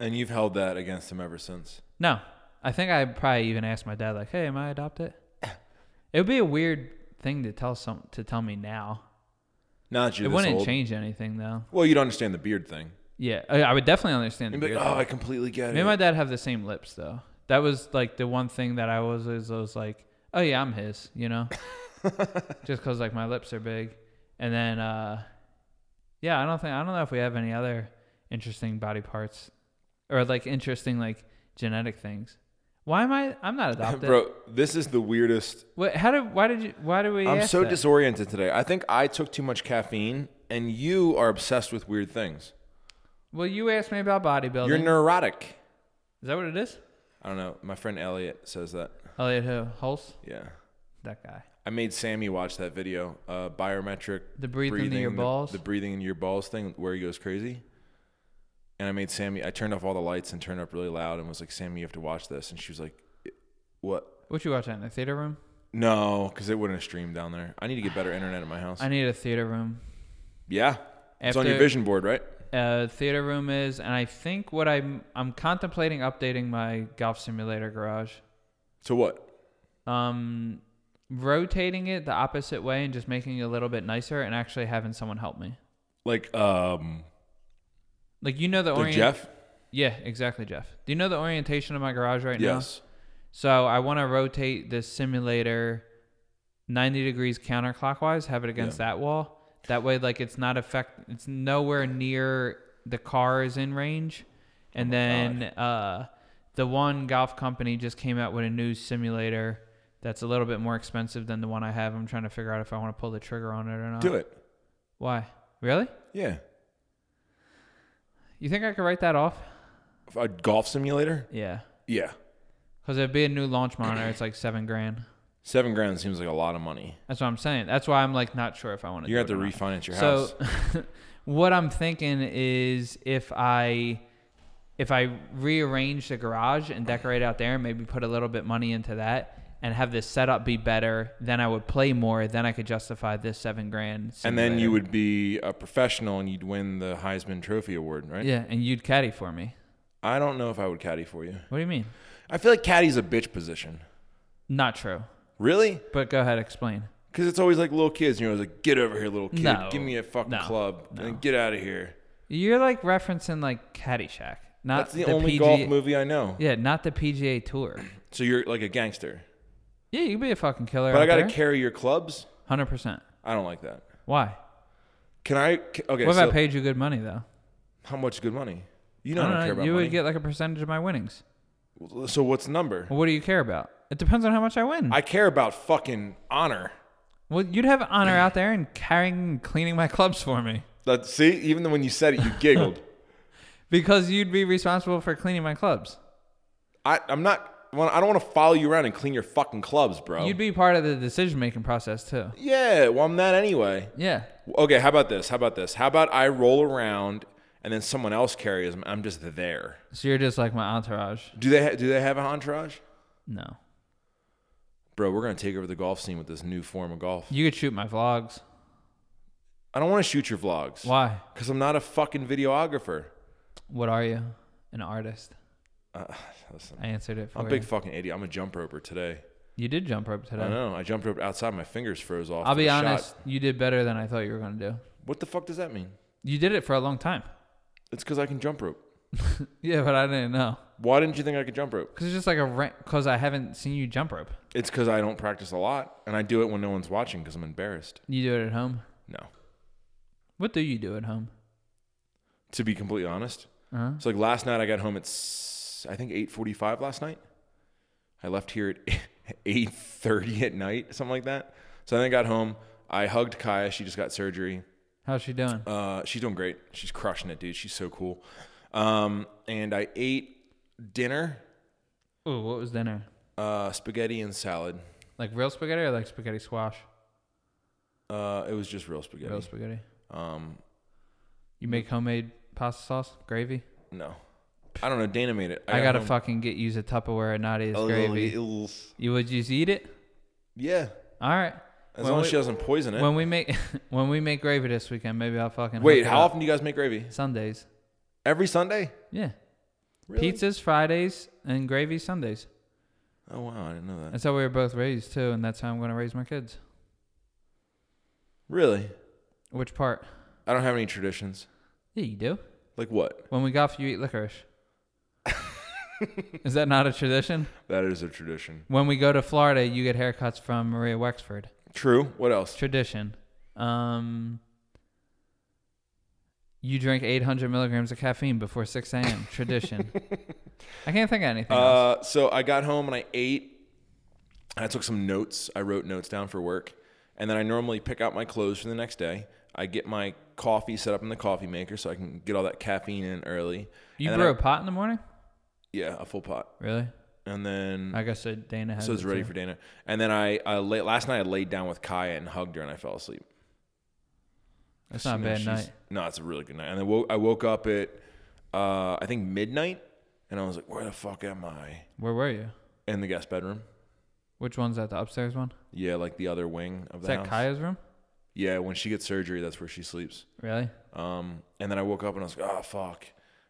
Speaker 1: And you've held that against him ever since.
Speaker 2: No, I think I probably even asked my dad like, "Hey, am I adopted?" it would be a weird thing to tell some to tell me now.
Speaker 1: Now that you're
Speaker 2: It
Speaker 1: this
Speaker 2: wouldn't
Speaker 1: old.
Speaker 2: change anything though.
Speaker 1: Well, you don't understand the beard thing.
Speaker 2: Yeah, I, I would definitely understand.
Speaker 1: You'd
Speaker 2: The
Speaker 1: be
Speaker 2: beard.
Speaker 1: like, oh, I completely get it.
Speaker 2: Me and my dad have the same lips though. That was like the one thing that I was is I was like, "Oh yeah, I'm his," you know, just because like my lips are big. And then, uh yeah, I don't think I don't know if we have any other interesting body parts or like interesting like genetic things. Why am I? I'm not adopted.
Speaker 1: Bro, this is the weirdest.
Speaker 2: What? How did? Why did you? Why do we?
Speaker 1: I'm
Speaker 2: ask
Speaker 1: so
Speaker 2: that?
Speaker 1: disoriented today. I think I took too much caffeine, and you are obsessed with weird things.
Speaker 2: Well, you asked me about bodybuilding.
Speaker 1: You're neurotic.
Speaker 2: is that what it is?
Speaker 1: I don't know. My friend Elliot says that.
Speaker 2: Elliot who? Hulse?
Speaker 1: Yeah.
Speaker 2: That guy.
Speaker 1: I made Sammy watch that video, uh, biometric
Speaker 2: The breathe into your
Speaker 1: the-
Speaker 2: balls?
Speaker 1: the breathing into your balls thing, where he goes crazy. and I made Sammy. I turned off all the lights and turned up really loud and was like, "Sammy, you have to watch this." And she was like, "What?"
Speaker 2: What you watch that in the theater room?
Speaker 1: No, because it wouldn't have streamed down there. I need to get better internet at my house.
Speaker 2: I need a theater room.
Speaker 1: yeah, it's on your
Speaker 2: After-
Speaker 1: vision board, right?
Speaker 2: Uh, theater room is, and I think what I'm I'm contemplating updating my golf simulator garage.
Speaker 1: To what?
Speaker 2: Um, rotating it the opposite way and just making it a little bit nicer, and actually having someone help me.
Speaker 1: Like um,
Speaker 2: Like you know the
Speaker 1: like
Speaker 2: orient.
Speaker 1: Jeff?
Speaker 2: Yeah, exactly, Jeff. Do you know the orientation of my garage right now?
Speaker 1: Yes.
Speaker 2: So I want to rotate this simulator 90 degrees counterclockwise, have it against that wall. That way, like it's not affect, it's nowhere near the cars in range.
Speaker 1: Oh
Speaker 2: And then uh, the one golf company just came out with a new simulator that's a little bit more expensive than the one I have. I'm trying to figure out if I want to pull the trigger on it or not.
Speaker 1: Do it.
Speaker 2: Why? Really?
Speaker 1: Yeah.
Speaker 2: You think I could write that off?
Speaker 1: A golf simulator?
Speaker 2: Yeah.
Speaker 1: Yeah.
Speaker 2: Because it'd be a new launch monitor. It's like seven grand.
Speaker 1: Seven grand seems like a lot of money.
Speaker 2: That's what I'm saying. That's why I'm like not sure if I want to.
Speaker 1: You're
Speaker 2: do
Speaker 1: gonna have to
Speaker 2: it or not.
Speaker 1: refinance your
Speaker 2: so
Speaker 1: house.
Speaker 2: what i'm thinking is if i if i rearrange the garage and decorate out there and maybe put a little bit money into that and have this setup be better then i would play more then i could justify this seven grand
Speaker 1: And then you
Speaker 2: simulator.
Speaker 1: would be a professional and you'd win the Heisman Trophy Award, right?
Speaker 2: yeah and you'd caddy for me
Speaker 1: I don't know if I would caddy for you.
Speaker 2: what do you mean
Speaker 1: I feel like caddy's a bitch position.
Speaker 2: not true
Speaker 1: Really?
Speaker 2: but go ahead explain
Speaker 1: Because it's always like little kids, you know, it's like, get over here, little kid.
Speaker 2: No.
Speaker 1: Give me a fucking
Speaker 2: No.
Speaker 1: club and get out of here.
Speaker 2: you're like referencing like caddyshack not
Speaker 1: That's the, only
Speaker 2: PG-
Speaker 1: golf movie I know.
Speaker 2: yeah not the pga tour
Speaker 1: So you're like a gangster.
Speaker 2: yeah you could be a fucking killer
Speaker 1: But I got
Speaker 2: got
Speaker 1: to carry your clubs?
Speaker 2: 100%
Speaker 1: I don't like that.
Speaker 2: why
Speaker 1: Can I? ca- Okay,
Speaker 2: what if
Speaker 1: so
Speaker 2: i paid you good money though
Speaker 1: how much good money? You know
Speaker 2: I
Speaker 1: I
Speaker 2: don't
Speaker 1: don't care
Speaker 2: know,
Speaker 1: about
Speaker 2: Uh, you
Speaker 1: money.
Speaker 2: would get like a percentage of my winnings.
Speaker 1: so what's the number?
Speaker 2: Well, what do you care about? It depends on how much I win.
Speaker 1: I care about fucking honor.
Speaker 2: well, you'd have honor out there and carrying and cleaning my clubs for me
Speaker 1: That see, even when you said it, you giggled.
Speaker 2: because you'd be responsible for cleaning my clubs.
Speaker 1: I, I'm not. well, I don't want to follow you around and clean your fucking clubs, bro.
Speaker 2: You'd be part of the decision making process too.
Speaker 1: yeah, well, I'm that anyway.
Speaker 2: Yeah.
Speaker 1: Okay, how about this? How about this? How about I roll around and then someone else carries them? I'm just there.
Speaker 2: So you're just like my entourage.
Speaker 1: Do they ha- do they have an entourage,
Speaker 2: No.
Speaker 1: bro? We're gonna take over the golf scene with this new form of golf.
Speaker 2: You could shoot my vlogs.
Speaker 1: I don't want to shoot your vlogs
Speaker 2: Why?
Speaker 1: because I'm not a fucking videographer.
Speaker 2: What are you? An artist.
Speaker 1: Uh, listen,
Speaker 2: I answered it for
Speaker 1: I'm a
Speaker 2: you.
Speaker 1: big fucking idiot. I'm a jump roper today.
Speaker 2: you did jump rope
Speaker 1: I
Speaker 2: today.
Speaker 1: know. I jumped rope outside. My fingers froze off.
Speaker 2: I'll
Speaker 1: for
Speaker 2: be
Speaker 1: the shot.
Speaker 2: honest, you did better than I thought you were going to do.
Speaker 1: What the fuck does that mean?
Speaker 2: You did it for a long time.
Speaker 1: It's because I can jump rope.
Speaker 2: Yeah, but I didn't know.
Speaker 1: Why didn't you think I could jump rope?
Speaker 2: Because it's just like a because I haven't seen you jump rope.
Speaker 1: It's because I don't practice a lot, and I do it when no one's watching because I'm embarrassed.
Speaker 2: You do it at home.
Speaker 1: No,
Speaker 2: What do you do at home?
Speaker 1: to be completely honest.
Speaker 2: Uh-huh.
Speaker 1: So like last night, I got home at s- I think 8:45 last night. I left here at 8:30 at night, something like that. So then I got home. I hugged Kaya. She just got surgery.
Speaker 2: How's she doing?
Speaker 1: Uh, she's doing great. She's crushing it, dude. She's so cool. Um, and I ate dinner,
Speaker 2: Ooh, what was dinner?
Speaker 1: uh, spaghetti and salad.
Speaker 2: Like real spaghetti or like spaghetti squash?
Speaker 1: Uh, it was just real spaghetti.
Speaker 2: Real spaghetti.
Speaker 1: Um,
Speaker 2: You make homemade pasta sauce gravy?
Speaker 1: no, I don't know. Dana made it.
Speaker 2: I, gotta
Speaker 1: home-
Speaker 2: fucking get you a Tupperware of Nadia's
Speaker 1: Oh,
Speaker 2: gravy.
Speaker 1: ew.
Speaker 2: You would just eat it?
Speaker 1: Yeah,
Speaker 2: All right.
Speaker 1: as
Speaker 2: When
Speaker 1: long
Speaker 2: we-
Speaker 1: as she doesn't poison it.
Speaker 2: When we make when we make gravy this weekend, maybe I'll fucking hook
Speaker 1: Wait,
Speaker 2: it
Speaker 1: how
Speaker 2: up.
Speaker 1: often do you guys make gravy?
Speaker 2: Sundays?
Speaker 1: Every Sunday?
Speaker 2: Yeah,
Speaker 1: Really?
Speaker 2: pizzas Fridays and gravy Sundays.
Speaker 1: Oh wow, I didn't know that.
Speaker 2: That's how we were both raised too, and that's how I'm gonna raise my kids.
Speaker 1: Really?
Speaker 2: Which part?
Speaker 1: I don't have any traditions.
Speaker 2: Yeah, you do.
Speaker 1: Like what?
Speaker 2: When we golf, you eat licorice. Is that not a tradition?
Speaker 1: That is a tradition.
Speaker 2: When we go to Florida, you get haircuts from Maria Wexford.
Speaker 1: True. What else?
Speaker 2: Tradition. Um, you drink 800 milligrams of caffeine before 6 a.m. Tradition. I can't think of anything else.
Speaker 1: Uh, so I got home and I ate. I took some notes. I wrote notes down for work, and then I normally pick out my clothes for the next day. I get my coffee set up in the coffee maker so I can get all that caffeine in early.
Speaker 2: You
Speaker 1: and then
Speaker 2: brew
Speaker 1: I-
Speaker 2: a pot in the morning?
Speaker 1: yeah, a full pot,
Speaker 2: Really?
Speaker 1: and then
Speaker 2: I guess so Dana has.
Speaker 1: Mm. so it's
Speaker 2: it
Speaker 1: ready
Speaker 2: too.
Speaker 1: for Dana. And then I uh, late last night I laid down with Kaya and hugged her and I fell asleep.
Speaker 2: That's not a
Speaker 1: You know,
Speaker 2: bad
Speaker 1: she's-
Speaker 2: night.
Speaker 1: No, it's a really good night. And then wo- I woke up at uh, I think midnight, and I was like, "Where the fuck am I?"
Speaker 2: Where were you?
Speaker 1: In the guest bedroom.
Speaker 2: Which one's that? The upstairs one?
Speaker 1: Yeah, like the other wing of the
Speaker 2: Is that
Speaker 1: house.
Speaker 2: Kaya's room?
Speaker 1: Yeah, when she gets surgery, that's where she sleeps.
Speaker 2: Really?
Speaker 1: Um, and then I woke up and I was like, "Oh fuck!"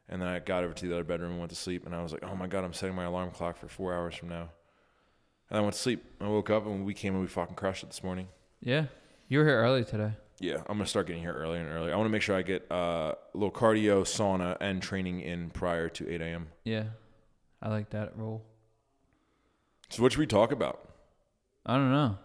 Speaker 1: And then I got over to the other bedroom and went to sleep. And I was like, "Oh my god, I'm setting my alarm clock for four hours from now." And I went to sleep. I woke up and we came and we fucking crushed it this morning.
Speaker 2: Yeah. You were here early today.
Speaker 1: Yeah, I'm gonna start getting here earlier and earlier. I want to make sure I get uh, a little cardio, sauna, and training in prior to 8 a.m.
Speaker 2: Yeah. I like that rule.
Speaker 1: So, what should we talk about?
Speaker 2: I don't know.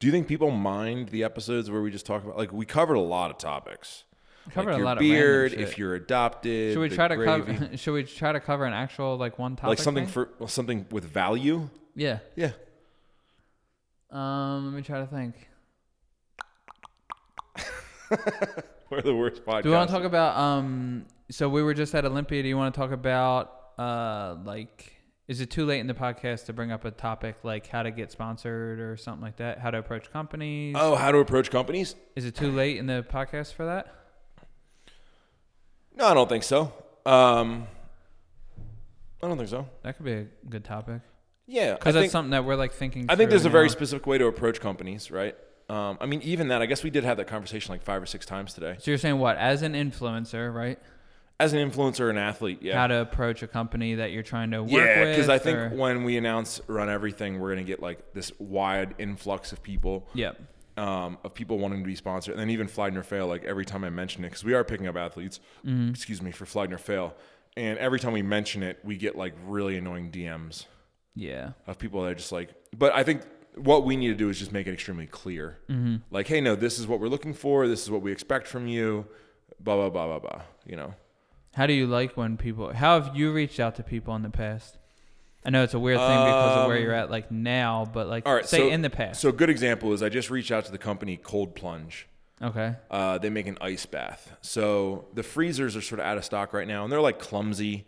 Speaker 1: Do you think people mind the episodes where we just talk about like we covered a lot of topics?
Speaker 2: Covered
Speaker 1: like
Speaker 2: a
Speaker 1: your
Speaker 2: lot of random
Speaker 1: beard,
Speaker 2: shit.
Speaker 1: if you're adopted.
Speaker 2: Should we
Speaker 1: the
Speaker 2: try to
Speaker 1: gravy,
Speaker 2: cover? Should we try to cover an actual like one
Speaker 1: like
Speaker 2: topic?
Speaker 1: something
Speaker 2: thing?
Speaker 1: for well, something with value?
Speaker 2: yeah.
Speaker 1: Yeah.
Speaker 2: Um, let me try to think.
Speaker 1: We're the worst podcast.
Speaker 2: Do we want to talk about? Um, so we were just at Olympia. Do you want to talk about? Uh, like, is it too late in the podcast to bring up a topic like how to get sponsored or something like that? How to approach companies?
Speaker 1: oh, how to approach companies?
Speaker 2: Is it too late in the podcast for that?
Speaker 1: No, I don't think so. Um, I don't think so.
Speaker 2: That could be a good topic
Speaker 1: Yeah, I
Speaker 2: because that's
Speaker 1: think-
Speaker 2: something that we're like thinking.
Speaker 1: I think there's a
Speaker 2: through
Speaker 1: very
Speaker 2: now.
Speaker 1: specific way to approach companies, right? Um, I mean, even that, I guess we did have that conversation like five or six times today.
Speaker 2: so you're saying what as an influencer, right?
Speaker 1: As an influencer or an athlete, yeah.
Speaker 2: How to approach a company that you're trying to work
Speaker 1: yeah,
Speaker 2: with?
Speaker 1: because I think
Speaker 2: or-
Speaker 1: when we announce Run Everything, we're going to get like this wide influx of people,
Speaker 2: Yep.
Speaker 1: um, of people wanting to be sponsored. And then even Flydner Fail, like every time I mention it, because we are picking up athletes,
Speaker 2: Mm-hmm.
Speaker 1: excuse me, for Flydner Fail. And every time we mention it, we get like really annoying DMs.
Speaker 2: Yeah.
Speaker 1: of people that are just like but i think what we need to do is just make it extremely clear
Speaker 2: Mm-hmm.
Speaker 1: like hey no this is what we're looking for this is what we expect from you blah blah blah blah blah you know
Speaker 2: How do you like when people? How have you reached out to people in the past? I know it's a weird thing because of where you're at, like now, but like
Speaker 1: all right
Speaker 2: say
Speaker 1: so
Speaker 2: in the past.
Speaker 1: so a good example is i just reached out to the company cold plunge
Speaker 2: okay.
Speaker 1: uh, they make an ice bath so the freezers are sort of out of stock right now and they're like clumsy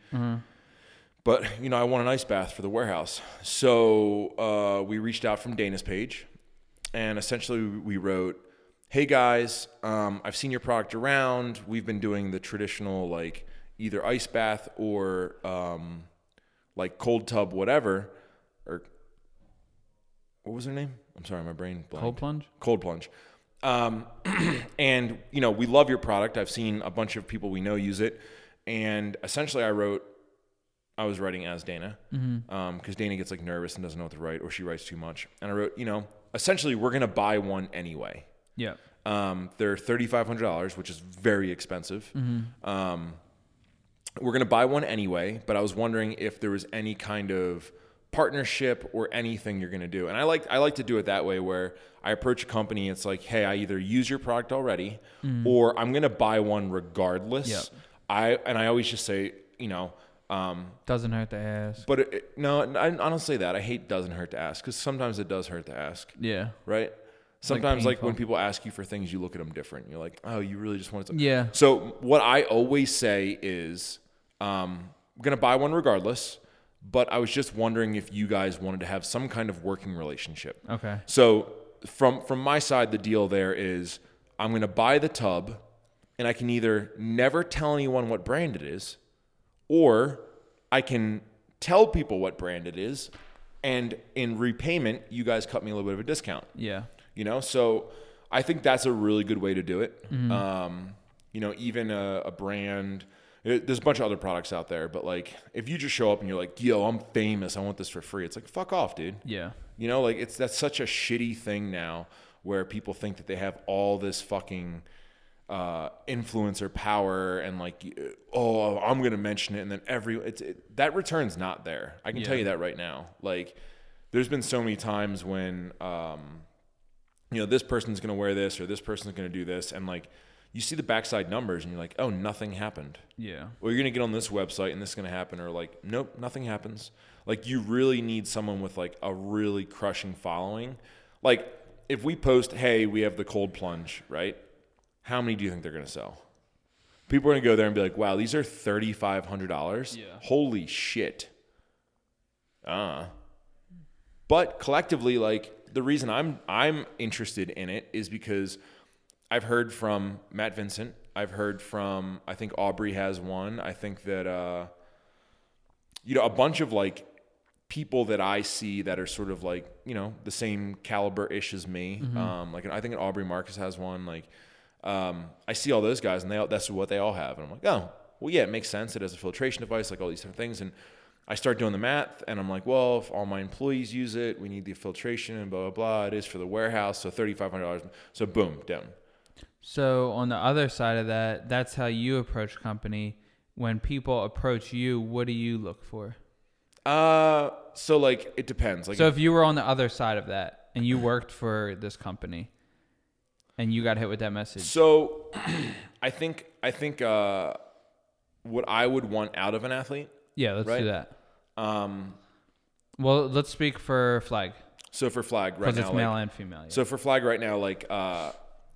Speaker 1: but you know i want an ice bath for the warehouse so uh, we reached out from dana's page and essentially we wrote hey guys um, i've seen your product around we've been doing the traditional like either ice bath or um, like cold tub whatever or what was her name i'm sorry my brain blanked
Speaker 2: Cold plunge.
Speaker 1: cold plunge. Um, and you know, we love your product. I've seen a bunch of people we know use it, and essentially, I wrote, I was writing as Dana, because Dana gets like nervous and doesn't know what to write, or she writes too much. And I wrote, you know, essentially, we're gonna buy one anyway.
Speaker 2: Yeah.
Speaker 1: Um, they're thirty five hundred dollars, which is very expensive. Um, we're gonna buy one anyway, but I was wondering if there was any kind of partnership or anything you're gonna do. And I like I like to do it that way, where I approach a company, it's like, hey, I either use your product already, or I'm gonna buy one regardless.
Speaker 2: Yep.
Speaker 1: I and I always just say, you know. Um,
Speaker 2: Doesn't hurt to ask.
Speaker 1: but it, it- no, I, I don't say that. I hate doesn't hurt to ask because sometimes it does hurt to ask
Speaker 2: Yeah.
Speaker 1: right? Sometimes, like, when
Speaker 2: painful.
Speaker 1: people ask you for things, you look at them different. You're like, oh, you really just wanted to.
Speaker 2: Yeah.
Speaker 1: So, what I always say is, um, I'm going to buy one regardless, but I was just wondering if you guys wanted to have some kind of working relationship.
Speaker 2: Okay.
Speaker 1: So, from, from my side, the deal there is I'm going to buy the tub, and I can either never tell anyone what brand it is, or I can tell people what brand it is, and in repayment, you guys cut me a little bit of a discount
Speaker 2: Yeah.
Speaker 1: you know so i think that's a really good way to do it um, you know even a, a brand it, there's a bunch of other products out there but like if you just show up and you're like yo i'm famous i want this for free it's like fuck off dude
Speaker 2: Yeah.
Speaker 1: you know like it's that's such a shitty thing now where people think that they have all this fucking uh, influencer power and like y- oh i'm gonna mention it and then every it's it, that return's not there i can tell
Speaker 2: Yeah.
Speaker 1: you that right now like there's been so many times when um, you know, this person's going to wear this or this person's going to do this. And like, you see the backside numbers and you're like, oh, nothing happened.
Speaker 2: Yeah.
Speaker 1: Or you're going to get on this website and this is going to happen. Or like, nope, nothing happens. Like, you really need someone with like a really crushing following. Like, if we post, hey, we have the cold plunge, right? How many do you think they're going to sell? People are going to go there and be like, wow, these are $3,500.
Speaker 2: Yeah.
Speaker 1: Holy shit. Uh, but collectively like the reason i'm i'm interested in it is because i've heard from matt vincent I've heard from I think Aubrey has one. I think that uh, you know a bunch of like people that I see that are sort of like you know the same caliber ish as me. Um, like I think an Aubrey Marcus has one. Like um, I see all those guys and they all, that's what they all have, and I'm like, oh, well, yeah, it makes sense. It has a filtration device, like all these different things, and I start doing the math, and I'm like, well, if all my employees use it, we need the filtration and blah blah blah. It is for the warehouse, so thirty five hundred dollars. So boom, down.
Speaker 2: So on the other side of that, that's how you approach company. When people approach you, what do you look for?
Speaker 1: Uh, so like it depends. Like
Speaker 2: So if you were on the other side of that and you worked for this company and you got hit with that message,
Speaker 1: So I think I think uh, what I would want out of an athlete.
Speaker 2: yeah, let's
Speaker 1: Right.
Speaker 2: do that.
Speaker 1: Um,
Speaker 2: Well, let's speak for flag
Speaker 1: so for flag right
Speaker 2: because
Speaker 1: now,
Speaker 2: it's
Speaker 1: like-
Speaker 2: male and female. yeah.
Speaker 1: so for flag right now, like uh,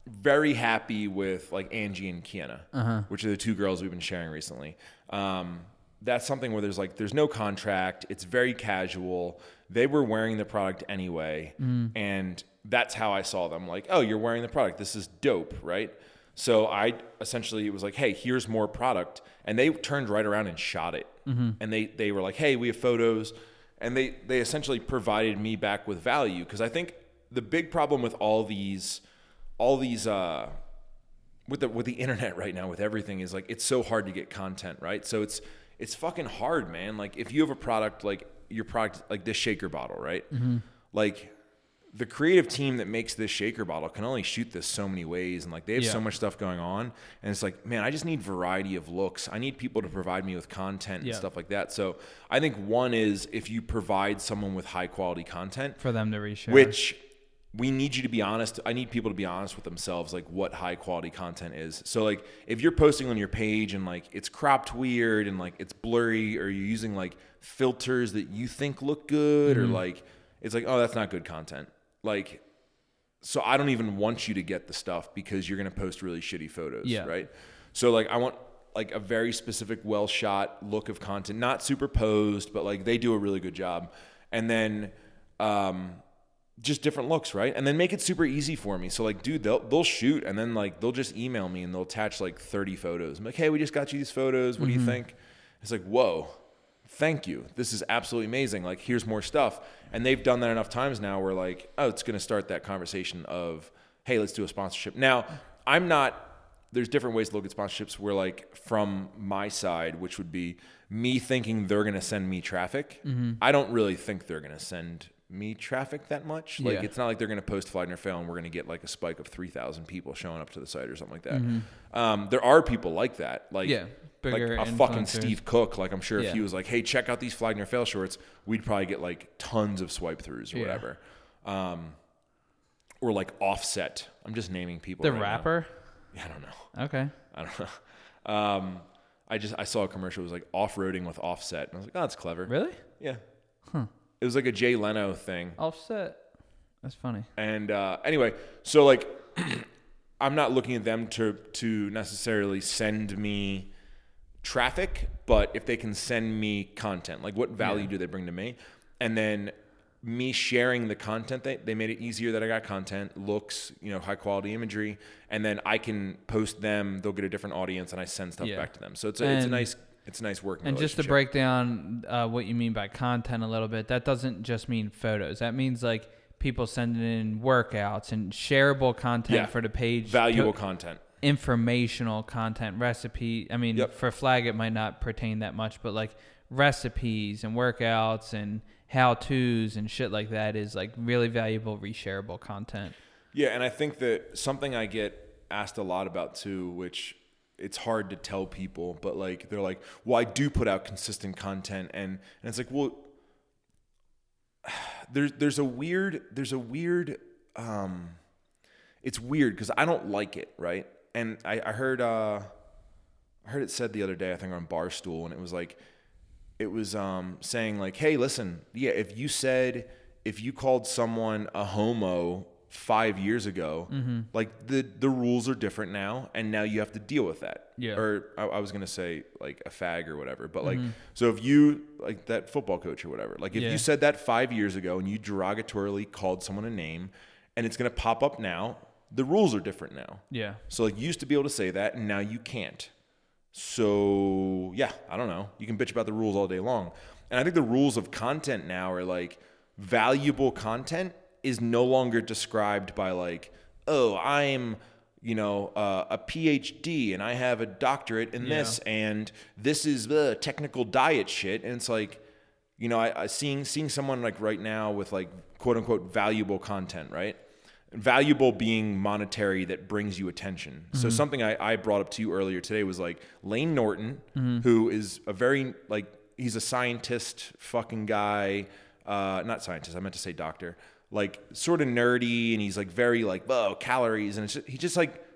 Speaker 1: very happy with like Angie and Kiana, which are the two girls we've been sharing recently. Um, that's something where there's like there's no contract. It's very casual. They were wearing the product anyway, and that's how I saw them. Like, oh, you're wearing the product. This is dope, right? So I essentially was like, hey, here's more product, and they turned right around and shot it, and they they were like, hey, we have photos, and they they essentially provided me back with value because I think the big problem with all these all these uh with the with the internet right now with everything is like it's so hard to get content right so it's it's fucking hard man like if you have a product like your product like this shaker bottle right
Speaker 2: Mm-hmm.
Speaker 1: like the creative team that makes this shaker bottle can only shoot this so many ways and like they have
Speaker 2: Yeah.
Speaker 1: so much stuff going on and it's like man i just need variety of looks i need people to provide me with content
Speaker 2: Yeah.
Speaker 1: and stuff like that so i think one is if you provide someone with high quality content
Speaker 2: for them to reshare.
Speaker 1: which we need you to be honest. I need people to be honest with themselves, like what high quality content is. So, like, if you're posting on your page and like it's cropped weird and like it's blurry, or you're using like filters that you think look good, or like it's like, oh, that's not good content. Like, so I don't even want you to get the stuff because you're gonna post really shitty photos,
Speaker 2: Yeah.
Speaker 1: right? So like I want like a very specific, well shot look of content, not super posed, but like they do a really good job, and then um, just different looks, right? And then make it super easy for me. So like, dude, they'll they'll shoot, and then like they'll just email me and they'll attach like 30 photos. I'm like, hey, we just got you these photos. What do you think? It's like, whoa, thank you. This is absolutely amazing. Like, here's more stuff. And they've done that enough times now where like, oh, it's gonna start that conversation of, hey, let's do a sponsorship. Now, I'm not there's different ways to look at sponsorships where like from my side, which would be me thinking they're gonna send me traffic.
Speaker 2: Mm-hmm.
Speaker 1: I don't really think they're gonna send me traffic that much. Like
Speaker 2: Yeah.
Speaker 1: it's not like they're gonna post Flag Nor Fail and we're gonna get like a spike of three thousand people showing up to the site or something like that. Um, there are people like that. Like
Speaker 2: Mm-hmm. Yeah,
Speaker 1: like
Speaker 2: bigger
Speaker 1: a fucking
Speaker 2: influencers.
Speaker 1: Steve Cook. Like I'm sure if
Speaker 2: Yeah.
Speaker 1: he was like, hey, check out these Flag Nor Fail shorts, we'd probably get like tons of swipe throughs or
Speaker 2: Yeah.
Speaker 1: whatever. Um or like offset. I'm just naming people.
Speaker 2: the
Speaker 1: right now.
Speaker 2: rapper.
Speaker 1: Yeah, I don't know.
Speaker 2: Okay.
Speaker 1: I don't know. Um, I just I saw a commercial. It was like off roading with Offset, and I was like, oh, that's clever.
Speaker 2: Really?
Speaker 1: Yeah. It was like a Jay Leno thing.
Speaker 2: Offset. That's funny.
Speaker 1: And uh, anyway, so like, I'm not looking at them to to necessarily send me traffic, but if they can send me content, like what value do they bring to me? And then me sharing the content they, they made it easier that I got content, looks, you know, high quality imagery, and then I can post them, they'll get a different audience and I send stuff
Speaker 2: Yeah.
Speaker 1: back to them. So it's a, it's a
Speaker 2: And-
Speaker 1: nice it's a nice working
Speaker 2: And just to
Speaker 1: relationship.
Speaker 2: break down uh, what you mean by content a little bit, that doesn't just mean photos. That means like people sending in workouts and shareable content
Speaker 1: Yeah.
Speaker 2: for the page,
Speaker 1: valuable
Speaker 2: to-
Speaker 1: content.
Speaker 2: informational content, recipe. I mean,
Speaker 1: Yep.
Speaker 2: for flag, it might not pertain that much, but like recipes and workouts and how tos and shit like that is like really valuable, reshareable content.
Speaker 1: Yeah, and I think that something I get asked a lot about too, which it's hard to tell people, but like they're like, "Well, I do put out consistent content," and and it's like, well, there's there's a weird there's a weird um, it's weird because I don't like it, right? And I I heard uh, I heard it said the other day, I think on Barstool, and it was like, it was um, saying like, hey, listen, yeah, if you said, if you called someone a homo five years ago,
Speaker 2: Mm-hmm.
Speaker 1: like the the rules are different now, and now you have to deal with that.
Speaker 2: Yeah. Mm-hmm.
Speaker 1: Or I, I was gonna say like a fag or whatever, but like, so if you like that football coach or whatever, like if
Speaker 2: Yeah.
Speaker 1: you said that five years ago and you derogatorily called someone a name, and it's gonna pop up now. The rules are different now.
Speaker 2: Yeah.
Speaker 1: So like you used to be able to say that and now you can't. So yeah, I don't know. You can bitch about the rules all day long. And I think the rules of content now are like valuable content is no longer described by like, oh, I'm you know uh, a PhD and I have a doctorate in this and this is the technical diet shit. And it's like, you know, I, I seeing seeing someone like right now with like quote unquote valuable content, right? Valuable being monetary that brings you attention. So something I, I brought up to you earlier today was like Lane Norton, who is a very like he's a scientist fucking guy, uh, not scientist. I meant to say doctor. Like sort of nerdy, and he's like very like oh calories, and it's just, he's just like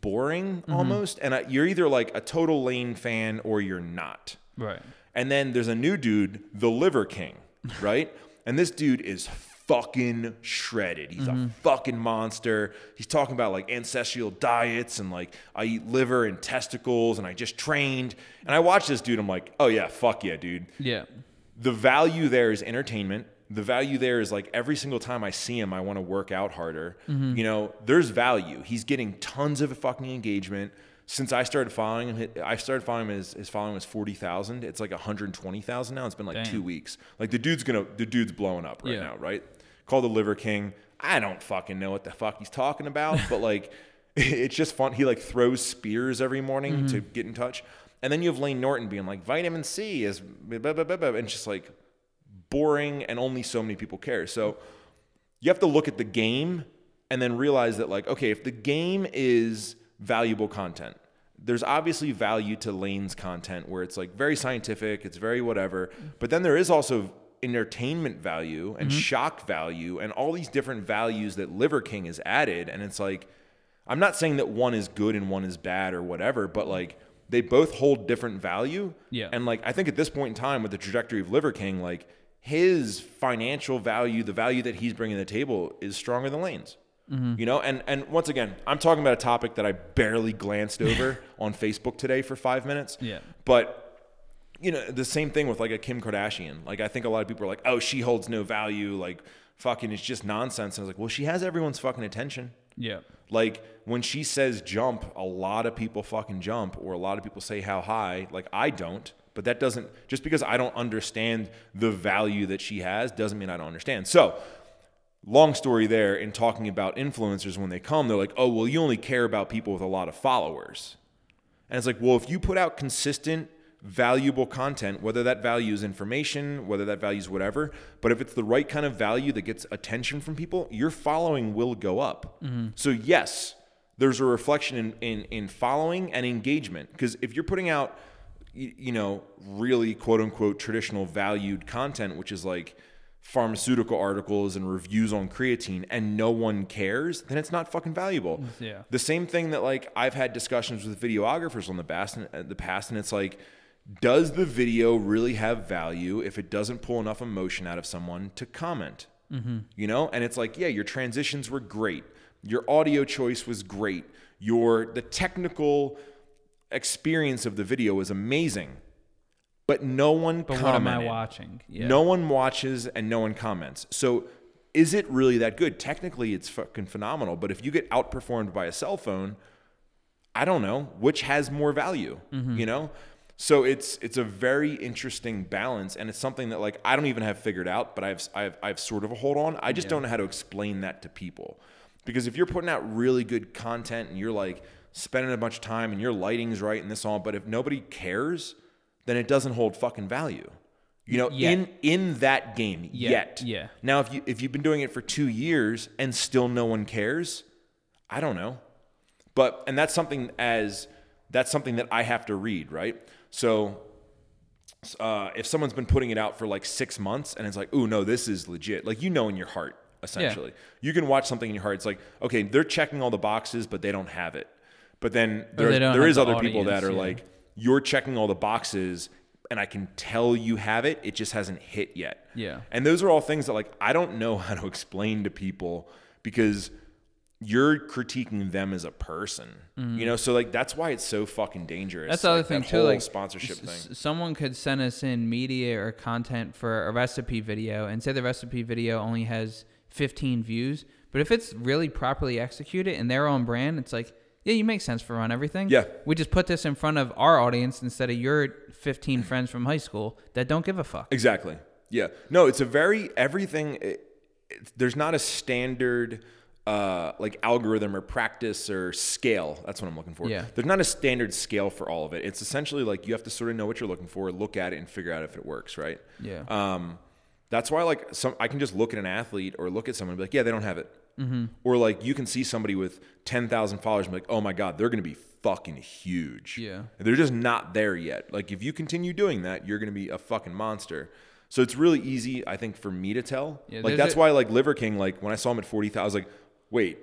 Speaker 1: boring almost. And I, you're either like a total Lane fan or you're not.
Speaker 2: Right.
Speaker 1: And then there's a new dude, the Liver King, right? and this dude is fucking shredded. He's a fucking monster. He's talking about like ancestral diets and like I eat liver and testicles and I just trained. And I watch this dude, I'm like, oh yeah, fuck yeah, dude.
Speaker 2: Yeah.
Speaker 1: The value there is entertainment. The value there is like every single time I see him, I want to work out harder. You know, there's value. He's getting tons of fucking engagement. Since I started following him, I started following him. His, his following was forty thousand. It's like one hundred twenty thousand now. It's been like
Speaker 2: Damn.
Speaker 1: two weeks. Like the dude's gonna, the dude's blowing up right
Speaker 2: Yeah.
Speaker 1: now, right? Called the Liver King. I don't fucking know what the fuck he's talking about, but like, it's just fun. He like throws spears every morning to get in touch, and then you have Lane Norton being like, "Vitamin C is," blah, blah, blah, blah, blah," and it's just like boring and only so many people care. So you have to look at the game and then realize that like okay, if the game is valuable content, there's obviously value to Lane's content where it's like very scientific, it's very whatever, but then there is also entertainment value and shock value and all these different values that Liver King has added and it's like I'm not saying that one is good and one is bad or whatever, but like they both hold different value.
Speaker 2: Yeah.
Speaker 1: And like I think at this point in time with the trajectory of Liver King, like his financial value, the value that he's bringing to the table is stronger than Lane's. You know, and and once again, I'm talking about a topic that I barely glanced over on Facebook today for 5 minutes.
Speaker 2: Yeah.
Speaker 1: But you know, the same thing with like a Kim Kardashian. Like I think a lot of people are like, "Oh, she holds no value." Like fucking it's just nonsense. And I was like, "Well, she has everyone's fucking attention."
Speaker 2: Yeah.
Speaker 1: Like when she says jump, a lot of people fucking jump, or a lot of people say how high. Like I don't, but that doesn't just because I don't understand the value that she has doesn't mean I don't understand. So, long story there in talking about influencers when they come, they're like, oh, well, you only care about people with a lot of followers. And it's like, well, if you put out consistent, valuable content, whether that value is information, whether that value is whatever, but if it's the right kind of value that gets attention from people, your following will go up. So, yes, there's a reflection in, in, in following and engagement. Because if you're putting out, y- you know, really quote unquote traditional valued content, which is like pharmaceutical articles and reviews on creatine, and no one cares, then it's not fucking valuable.
Speaker 2: Yeah.
Speaker 1: The same thing that like I've had discussions with videographers on the past, the past, and it's like, does the video really have value if it doesn't pull enough emotion out of someone to comment?
Speaker 2: Mm-hmm.
Speaker 1: You know, and it's like, yeah, your transitions were great, your audio choice was great, your the technical experience of the video was amazing, but no one
Speaker 2: But
Speaker 1: commented.
Speaker 2: what am I watching? Yeah.
Speaker 1: No one watches and no one comments. So is it really that good? Technically, it's fucking phenomenal. But if you get outperformed by a cell phone, I don't know which has more value.
Speaker 2: Mm-hmm.
Speaker 1: You know, so it's it's a very interesting balance, and it's something that like I don't even have figured out, but I've I've I've sort of a hold on. I just don't know how to explain that to people, because if you're putting out really good content and you're like spending a bunch of time and your lighting's right and this all, but if nobody cares, then it doesn't hold fucking value. You know,
Speaker 2: Yet.
Speaker 1: in in that game yet.
Speaker 2: yeah.
Speaker 1: Now, if you if you've been doing it for two years and still no one cares, I don't know. But and that's something as that's something that I have to read, right? So uh, if someone's been putting it out for like six months and it's like, oh no, this is legit. Like you know in your heart, essentially. You can watch something in your heart. It's like, okay, they're checking all the boxes, but they don't have it. But then there,
Speaker 2: they don't
Speaker 1: there
Speaker 2: have
Speaker 1: is
Speaker 2: the
Speaker 1: other people that
Speaker 2: audience,
Speaker 1: are
Speaker 2: yeah.
Speaker 1: like, you're checking all the boxes, and I can tell you have it. It just hasn't hit yet.
Speaker 2: Yeah.
Speaker 1: And those are all things that like I don't know how to explain to people because you're critiquing them as a person. You know, so like that's why it's so fucking dangerous.
Speaker 2: Mm. That's the other
Speaker 1: like,
Speaker 2: thing
Speaker 1: that
Speaker 2: too.
Speaker 1: whole
Speaker 2: like
Speaker 1: sponsorship
Speaker 2: s-
Speaker 1: thing.
Speaker 2: s- Someone could send us in media or content for a recipe video, and say the recipe video only has 15 views, But if it's really properly executed and they're on brand, it's like, yeah, you make sense for run everything.
Speaker 1: Yeah.
Speaker 2: We just put this in front of our audience instead of your 15 friends from high school that don't give a fuck.
Speaker 1: Exactly. Yeah. No, it's a very everything. It, it, there's not a standard uh, like algorithm or practice or scale. That's what I'm looking for.
Speaker 2: Yeah.
Speaker 1: There's not a standard scale for all of it. It's essentially like you have to sort of know what you're looking for, look at it, and figure out if it works. Right.
Speaker 2: Yeah.
Speaker 1: Um, that's why like some I can just look at an athlete or look at someone and be like, yeah, they don't have it. Or like you can see somebody with ten thousand followers and be like, oh my god, they're gonna be fucking huge.
Speaker 2: Yeah.
Speaker 1: They're just not there yet. Like if you continue doing that, you're gonna be a fucking monster. So it's really easy, I think, for me to tell.
Speaker 2: Yeah,
Speaker 1: like
Speaker 2: there's
Speaker 1: that's
Speaker 2: a-
Speaker 1: why like Liver King, like when I saw him at forty thousand, I was like, wait.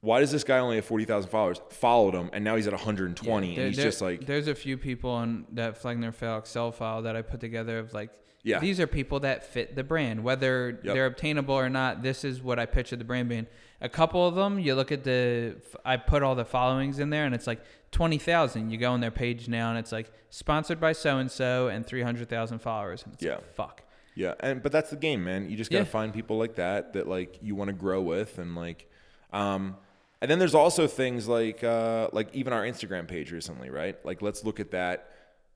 Speaker 1: Why does this guy only have 40,000 followers? Followed him, and now he's at 120,
Speaker 2: There-
Speaker 1: and he's
Speaker 2: there-
Speaker 1: just like,
Speaker 2: there's a few people on that Flegner Fail Excel file that I put together of like
Speaker 1: Yeah.
Speaker 2: these are people that fit the brand, whether
Speaker 1: Yep.
Speaker 2: they're obtainable or not. This is what I picture the brand being. A couple of them, you look at the I put all the followings in there, and it's like twenty thousand. You go on their page now, and it's like sponsored by so and so, and three hundred thousand followers. And it's
Speaker 1: Yeah.
Speaker 2: like, fuck.
Speaker 1: Yeah, and but that's the game, man. You just gotta
Speaker 2: Yeah.
Speaker 1: find people like that that like you want to grow with, and like, um, and then there's also things like uh, like even our Instagram page recently, right? Like, let's look at that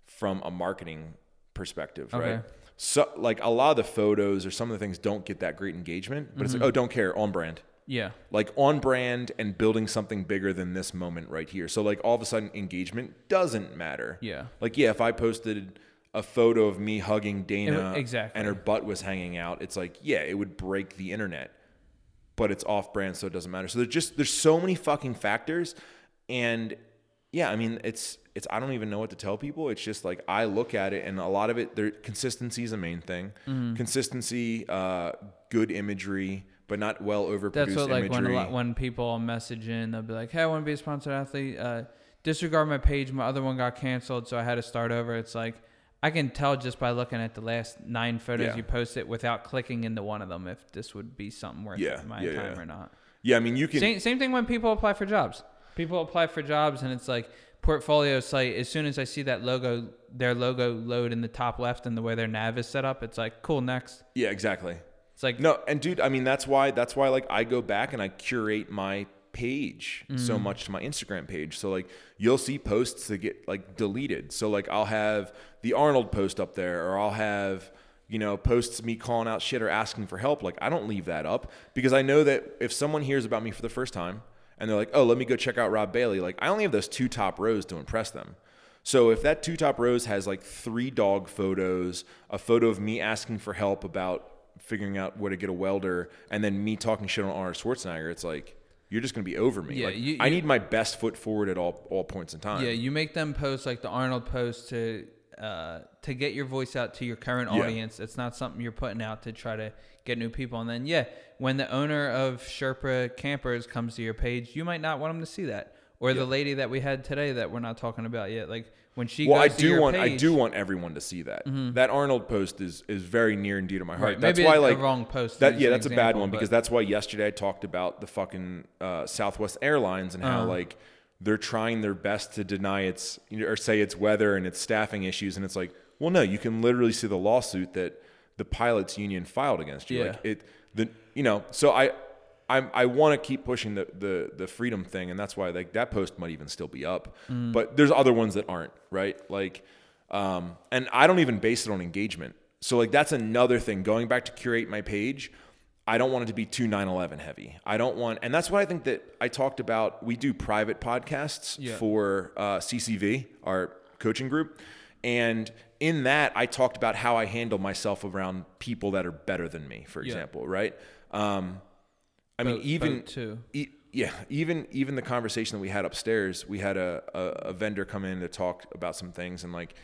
Speaker 1: from a marketing perspective, right?
Speaker 2: Okay.
Speaker 1: So like a lot of the photos or some of the things don't get that great engagement, but it's
Speaker 2: Mm-hmm.
Speaker 1: like oh, don't care, on brand
Speaker 2: Yeah,
Speaker 1: like on brand and building something bigger than this moment right here. So like all of a sudden engagement doesn't matter.
Speaker 2: Yeah.
Speaker 1: Like yeah, if I posted a photo of me hugging Dana
Speaker 2: It- exactly.
Speaker 1: and her butt was hanging out, it's like yeah, it would break the internet. But it's off brand so it doesn't matter. So there's just there's so many fucking factors and yeah, I mean it's it's I don't even know what to tell people. It's just like I look at it and a lot of it there consistency is a main thing.
Speaker 2: Mm-hmm.
Speaker 1: Consistency, uh good imagery, but not well overproduced
Speaker 2: that's what like when a
Speaker 1: imagery.
Speaker 2: lot, when people message in, they'll be like, "Hey, I want to be a sponsored athlete. Uh, disregard my page. My other one got canceled, so I had to start over." It's like I can tell just by looking at the last nine photos
Speaker 1: Yeah.
Speaker 2: you posted without clicking into one of them if this would be something worth
Speaker 1: Yeah,
Speaker 2: my
Speaker 1: yeah,
Speaker 2: time
Speaker 1: yeah.
Speaker 2: or not.
Speaker 1: Yeah, I mean, you can.
Speaker 2: Same, same thing when people apply for jobs. People apply for jobs, and it's like portfolio site. As soon as I see that logo, their logo load in the top left, and the way their nav is set up, it's like cool. Next,
Speaker 1: yeah, exactly.
Speaker 2: it's like
Speaker 1: No, and dude, I mean, that's why that's why like I go back and I curate my page so much to my Instagram page. So like you'll see posts that get like deleted. So like I'll have the Arnold post up there, or I'll have you know posts me calling out shit or asking for help. Like I don't leave that up because I know that if someone hears about me for the first time and they're like, oh, let me go check out Rob Bailey, like I only have those two top rows to impress them. So if that two top rows has like three dog photos, a photo of me asking for help about figuring out where to get a welder, and then me talking shit on Arnold Schwarzenegger, it's like you're just gonna be over me.
Speaker 2: Yeah,
Speaker 1: like,
Speaker 2: you-
Speaker 1: I
Speaker 2: you-
Speaker 1: need my best foot forward at all all points in time.
Speaker 2: Yeah, you make them post like the Arnold post to uh, to get your voice out to your current
Speaker 1: Yeah.
Speaker 2: audience. It's not something you're putting out to try to get new people. And then yeah, when the owner of Sherpa Campers comes to your page, you might not want them to see that. Or the lady that we had today that we're not talking about yet, like when she
Speaker 1: well,
Speaker 2: goes
Speaker 1: I
Speaker 2: to
Speaker 1: do
Speaker 2: your
Speaker 1: want I
Speaker 2: page- Mm-hmm.
Speaker 1: do want everyone to see that. That Arnold post is is very near and dear to my heart.
Speaker 2: Right,
Speaker 1: That's
Speaker 2: maybe
Speaker 1: why
Speaker 2: the
Speaker 1: like
Speaker 2: wrong post
Speaker 1: That
Speaker 2: is
Speaker 1: yeah,
Speaker 2: an
Speaker 1: that's a bad
Speaker 2: example,
Speaker 1: one
Speaker 2: but-
Speaker 1: because that's why yesterday I talked about the fucking uh, Southwest Airlines and
Speaker 2: Uh-huh.
Speaker 1: how like they're trying their best to deny its you know, or say it's weather and its staffing issues, and it's like, well, no, you can literally see the lawsuit that the pilots union filed against you. Like
Speaker 2: Yeah.
Speaker 1: it, the you know, so I. I'm, I want to keep pushing the, the, the freedom thing, and that's why like that post might even still be up. But there's other ones that aren't, right? Like, um, and I don't even base it on engagement. So like that's another thing. Going back to curate my page, I don't want it to be too 9/11 heavy. I don't want, and that's what I think that I talked about. We do private podcasts
Speaker 2: Yeah.
Speaker 1: for uh, CCV, our coaching group, and in that I talked about how I handle myself around people that are better than me, for example, right? Um, I mean,
Speaker 2: Boat-
Speaker 1: even
Speaker 2: boat too.
Speaker 1: E- yeah, even even the conversation that we had upstairs, we had a, a a vendor come in to talk about some things, and like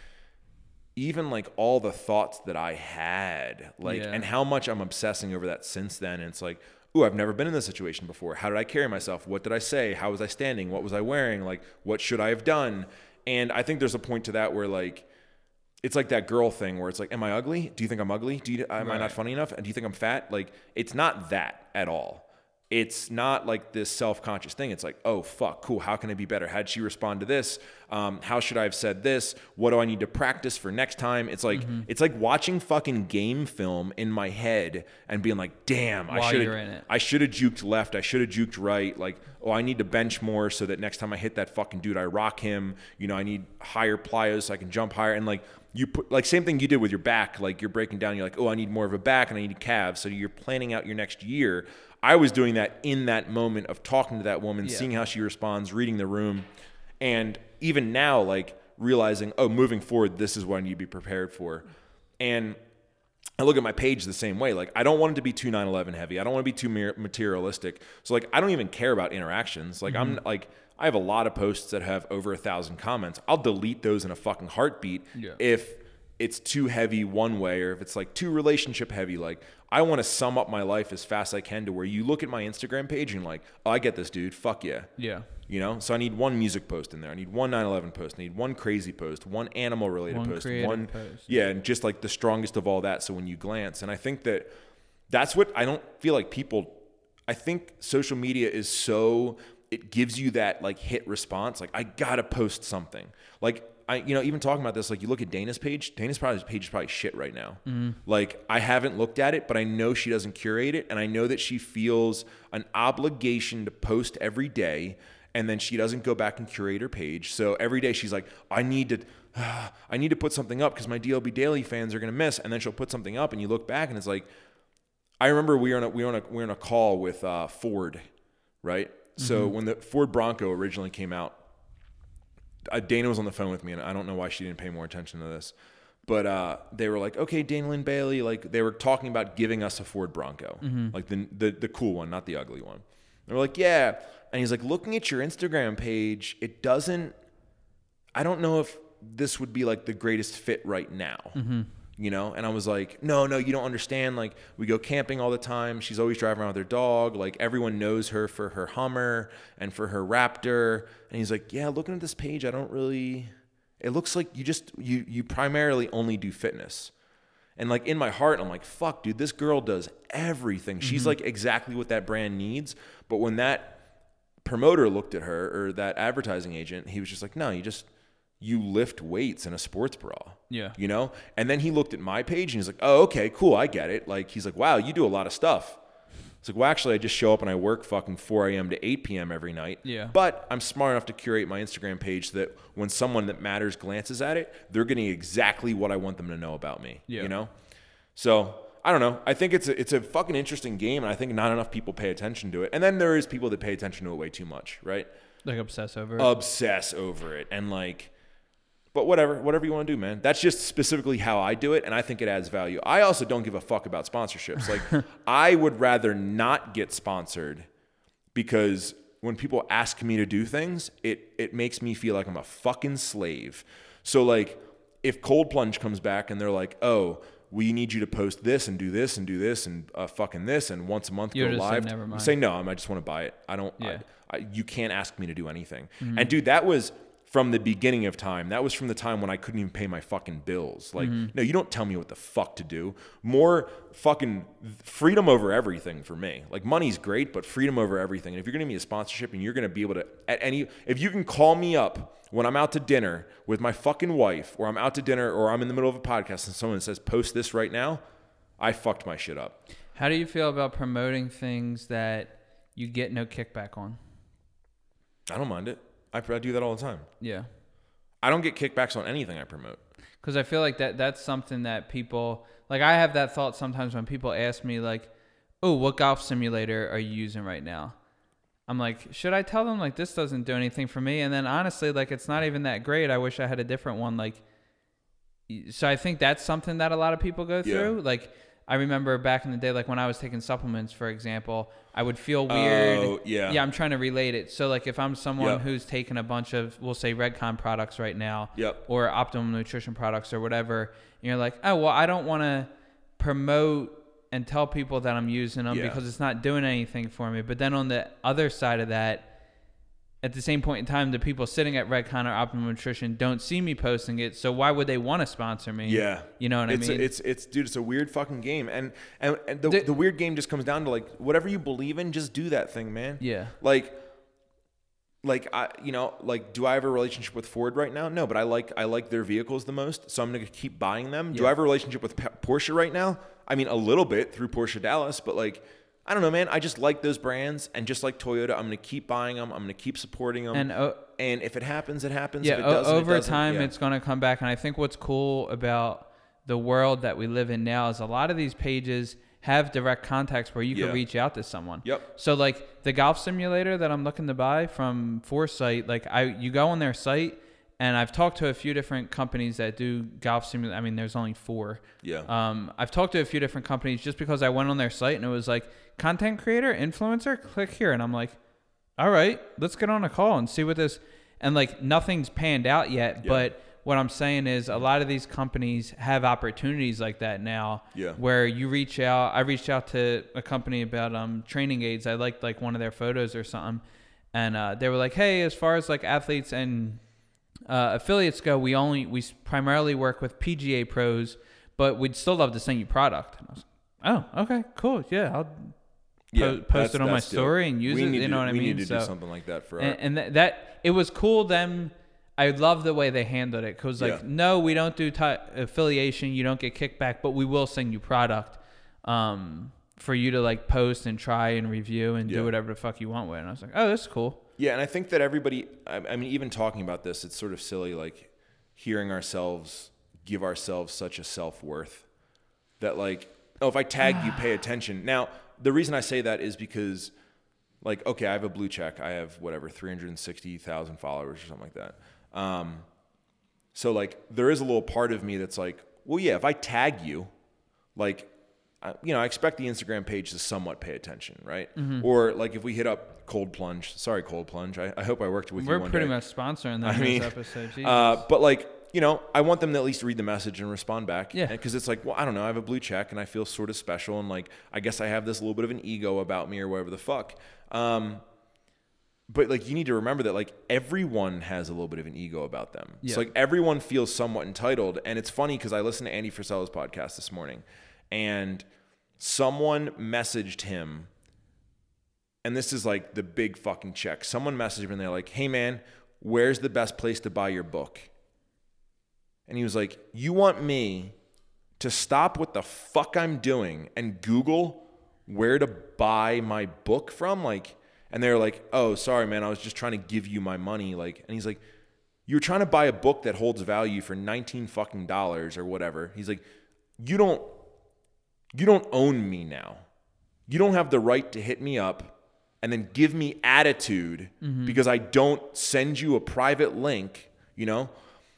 Speaker 1: even like all the thoughts that I had, like,
Speaker 2: Yeah.
Speaker 1: and how much I'm obsessing over that since then. And it's like, ooh, I've never been in this situation before. How did I carry myself? What did I say? How was I standing? What was I wearing? Like, what should I have done? And I think there's a point to that where like it's like that girl thing where it's like, am I ugly? Do you think I'm ugly? Do you, am I not funny enough? And do you think I'm fat? Like, it's not that at all. it's not like this self-conscious thing. It's like, oh fuck, cool. How can I be better? How'd she respond to this? Um, how should I have said this? What do I need to practice for next time? It's like
Speaker 2: Mm-hmm.
Speaker 1: it's like watching fucking game film in my head and being like, damn, I
Speaker 2: While
Speaker 1: should
Speaker 2: you're in it.
Speaker 1: I should have juked left. I should have juked right. Like, oh, I need to bench more so that next time I hit that fucking dude, I rock him. You know, I need higher plyos so I can jump higher. And like, you put, like, same thing you did with your back. Like, you're breaking down. You're like, oh, I need more of a back and I need calves. So you're planning out your next year. I was doing that in that moment of talking to that woman, seeing how she responds, reading the room. And even now, like, realizing, oh, moving forward, this is what I need to be prepared for. And I look at my page the same way. Like, I don't want it to be too 9/11 heavy. I don't want to be too mer- materialistic. So, like, I don't even care about interactions. Like, I'm like, I have a lot of posts that have over a thousand comments. I'll delete those in a fucking heartbeat
Speaker 2: Yeah.
Speaker 1: if it's too heavy one way or if it's like too relationship heavy. Like, I want to sum up my life as fast as I can to where you look at my Instagram page and like, oh, I get this, dude. Fuck yeah.
Speaker 2: Yeah.
Speaker 1: You know, so I need one music post in there. I need one 9/11 post. I need one crazy post. One animal related
Speaker 2: One
Speaker 1: post.
Speaker 2: creative
Speaker 1: One
Speaker 2: post.
Speaker 1: yeah, and just like the strongest of all that. So when you glance, and I think that that's what I don't feel like people. I think social media is so it gives you that like hit response. Like I gotta post something. Like I, you know, even talking about this, like you look at Dana's page. Dana's probably page is probably shit right now.
Speaker 2: Mm-hmm.
Speaker 1: Like I haven't looked at it, but I know she doesn't curate it, and I know that she feels an obligation to post every day and then she doesn't go back and curate her page. So every day she's like, I need to, I need to put something up because my DLB Daily fans are gonna miss. And then she'll put something up, and you look back and it's like, I remember we were on a we were on a we were on a call with uh, Ford, right? So when the Ford Bronco originally came out, uh, Dana was on the phone with me, and I don't know why she didn't pay more attention to this, but uh, they were like, "Okay, Dana Lynn Bailey," like they were talking about giving us a Ford Bronco, like the, the the cool one, not the ugly one. And we're like, "Yeah," and he's like, "Looking at your Instagram page, it doesn't I don't know if this would be like the greatest fit right now. You know, and I was like, no, no, you don't understand. Like, we go camping all the time. She's always driving around with her dog. Like, everyone knows her for her Hummer and for her Raptor. And he's like, yeah, looking at this page, I don't really. It looks like you just you you primarily only do fitness. And like in my heart, I'm like, fuck, dude, this girl does everything.
Speaker 2: Mm-hmm.
Speaker 1: She's like exactly what that brand needs. But when that promoter looked at her or that advertising agent, he was just like, no, you just you lift weights in a sports bra.
Speaker 2: Yeah.
Speaker 1: You know? And then he looked at my page and he's like, Oh, okay, cool, I get it. Like he's like, Wow, you do a lot of stuff. It's like, well, actually, I just show up and I work fucking 4 a.m. to 8 p.m. every night.
Speaker 2: Yeah.
Speaker 1: But I'm smart enough to curate my Instagram page so that when someone that matters glances at it, they're getting exactly what I want them to know about me.
Speaker 2: Yeah.
Speaker 1: You know? So I don't know. I think it's a, it's a fucking interesting game, and I think not enough people pay attention to it. And then there is people that pay attention to it way too much, right?
Speaker 2: Like obsess over.
Speaker 1: Uh,
Speaker 2: it.
Speaker 1: Obsess over it and like. But whatever, whatever you want to do, man. That's just specifically how I do it, and I think it adds value. I also don't give a fuck about sponsorships. Like, I would rather not get sponsored because when people ask me to do things, it it makes me feel like I'm a fucking slave. So like if Cold Plunge comes back and they're like, "Oh, we need you to post this and do this and do this and uh, fucking this and once a month
Speaker 2: You'll
Speaker 1: go
Speaker 2: just say,
Speaker 1: live,"
Speaker 2: "Never mind."
Speaker 1: say no. I'm, I just want to buy it. I don't.
Speaker 2: Yeah.
Speaker 1: I, I, you can't ask me to do anything. And dude, that was from the beginning of time. That was from the time when I couldn't even pay my fucking bills. Like, no, you don't tell me what the fuck to do. More fucking freedom over everything for me. Like, money's great, but freedom over everything. And if you're gonna be a sponsorship and you're gonna be able to at any, if you can call me up when I'm out to dinner with my fucking wife, or I'm out to dinner, or I'm in the middle of a podcast, and someone says, "Post this right now," I fucked my shit up.
Speaker 2: How do you feel about promoting things that you get no kickback on?
Speaker 1: I don't mind it. I, I do that all the time.
Speaker 2: Yeah.
Speaker 1: I don't get kickbacks on anything I promote.
Speaker 2: because I feel like that that's something that people like. I have that thought sometimes when people ask me like, "Oh, what golf simulator are you using right now?" I'm like, should I tell them like this doesn't do anything for me? And then honestly, like it's not even that great. I wish I had a different one. Like, y- so I think that's something that a lot of people go
Speaker 1: Yeah.
Speaker 2: through. Like, I remember back in the day, like when I was taking supplements, for example, I would feel weird.
Speaker 1: Oh, yeah.
Speaker 2: Yeah, I'm trying to relate it. So like if I'm someone
Speaker 1: Yep.
Speaker 2: who's taking a bunch of we'll say Redcon products right now
Speaker 1: Yep.
Speaker 2: or optimum nutrition products or whatever, and you're like, "Oh, well, I don't want to promote and tell people that I'm using them
Speaker 1: Yeah.
Speaker 2: because it's not doing anything for me." But then on the other side of that, at the same point in time, the people sitting at Redcon or Optimum Nutrition don't see me posting it, so why would they want to sponsor me?
Speaker 1: Yeah,
Speaker 2: you know what
Speaker 1: it's
Speaker 2: I mean.
Speaker 1: A, it's it's dude, it's a weird fucking game, and and, and the, the,
Speaker 2: The-
Speaker 1: weird game just comes down to like whatever you believe in, just do that thing, man.
Speaker 2: Yeah.
Speaker 1: like like I you know like do I have a relationship with Ford right now? No, but I like I like their vehicles the most, so I'm gonna keep buying them. Do I
Speaker 2: Yeah.
Speaker 1: have a relationship with P- Porsche right now? I mean, a little bit through Porsche Dallas, but like. I don't know, man. I just like those brands, and just like Toyota, I'm gonna keep buying them. I'm gonna keep supporting them,
Speaker 2: And, uh,
Speaker 1: and if it happens, it happens.
Speaker 2: yeah,
Speaker 1: if it
Speaker 2: o-
Speaker 1: doesn't, it
Speaker 2: over
Speaker 1: doesn't.
Speaker 2: time,
Speaker 1: Yeah.
Speaker 2: it's going to come back, and I think what's cool about the world that we live in now is a lot of these pages have direct contacts where you
Speaker 1: Yeah.
Speaker 2: can reach out to someone.
Speaker 1: Yep.
Speaker 2: So like the golf simulator that I'm looking to buy from Foresight, like I you go on their site and I've talked to a few different companies that do golf simulator. I mean, there's only four.
Speaker 1: Yeah.
Speaker 2: Um, I've talked to a few different companies just because I went on their site and it was like content creator, influencer, click here, and I'm like, all right, let's get on a call and see what this. And like nothing's panned out yet, but what I'm saying is a lot of these companies have opportunities like that now.
Speaker 1: Yeah.
Speaker 2: Where you reach out, I reached out to a company about um training aids. I liked like one of their photos or something, and uh, they were like, hey, as far as like athletes and uh, affiliates go, we only we s- primarily work with PGA pros, but we'd still love to send you product. And I was like, oh, okay, cool, yeah, I'll po- post
Speaker 1: that's-
Speaker 2: it on my
Speaker 1: that's dope.
Speaker 2: story and use
Speaker 1: We
Speaker 2: it.
Speaker 1: need
Speaker 2: You
Speaker 1: to-
Speaker 2: know what I mean?
Speaker 1: We need to do
Speaker 2: So-
Speaker 1: something like that for
Speaker 2: and,
Speaker 1: our.
Speaker 2: and that, that it was cool them i love the way they handled it because like
Speaker 1: Yeah.
Speaker 2: no we don't do ti affiliation you don't get kickback but we will send you product um, for you to like post and try and review and
Speaker 1: Yeah.
Speaker 2: do whatever the fuck you want with and i was like oh that's cool
Speaker 1: Yeah, and I think that everybody. I, I mean, even talking about this, it's sort of silly. Like hearing ourselves give ourselves such a self worth that, like, oh, if I tag you, pay attention. Now, the reason I say that is because, like, okay, I have a blue check. I have whatever three hundred sixty thousand followers or something like that. Um, So like there is a little part of me that's like, well, yeah, if I tag you, like, I, you know, I expect the Instagram page to somewhat pay attention, right?
Speaker 2: Mm-hmm.
Speaker 1: Or like if we hit up Cold Plunge, sorry, Cold Plunge. I, I hope I worked with you.
Speaker 2: we're
Speaker 1: one
Speaker 2: pretty
Speaker 1: day.
Speaker 2: much sponsoring them
Speaker 1: I
Speaker 2: this
Speaker 1: mean,
Speaker 2: episode Jesus.
Speaker 1: uh, but like you know, I want them to at least read the message and respond back.
Speaker 2: Yeah.
Speaker 1: Because it's like, well, I don't know, I have a blue check and I feel sort of special and like I guess I have this little bit of an ego about me or whatever the fuck. Um, but like you need to remember that like everyone has a little bit of an ego about them.
Speaker 2: Yeah.
Speaker 1: So like everyone feels somewhat entitled, and it's funny because I listened to Andy Frisella's podcast this morning, and someone messaged him and this is like the big fucking check. Someone messaged me and they're like, hey man, where's the best place to buy your book? And he was like, you want me to stop what the fuck I'm doing and Google where to buy my book from? Like, and they're like, oh, sorry, man, I was just trying to give you my money. Like, and he's like, you're trying to buy a book that holds value for 19 fucking dollars or whatever. He's like, you don't, you don't own me now. You don't have the right to hit me up and then give me attitude because I don't send you a private link, you know?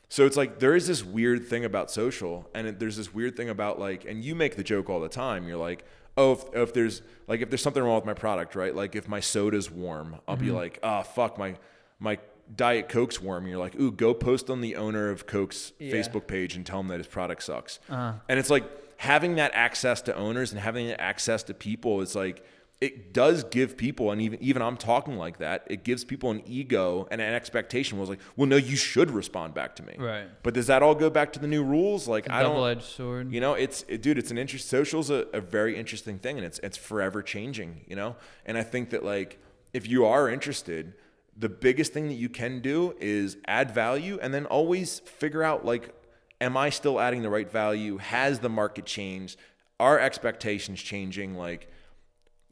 Speaker 1: So it's like there is this weird thing about social and it, there's this weird thing about like and you make the joke all the time. You're like, "Oh, if, if there's like if there's something wrong with my product, right? Like if my soda's warm, I'll be like, "Ah, fuck, my my Diet Coke's warm." You're like, "Ooh, go post on the owner of Coke's
Speaker 2: Yeah.
Speaker 1: Facebook Facebook page and tell them that his product sucks. And it's like having that access to owners and having that access to people is like it does give people and even even I'm talking like that, it gives people an ego and an expectation was like, well no, you should respond back to me.
Speaker 2: Right.
Speaker 1: But does that all go back to the new rules? Like I don't
Speaker 2: double-edged sword
Speaker 1: you know, it's it, dude, it's an interest. Social's a, a very interesting thing, and it's it's forever changing. You know, and I think that like if you are interested, the biggest thing that you can do is add value, and then always figure out like, am I still adding the right value? Has the market changed? Are expectations changing? Like,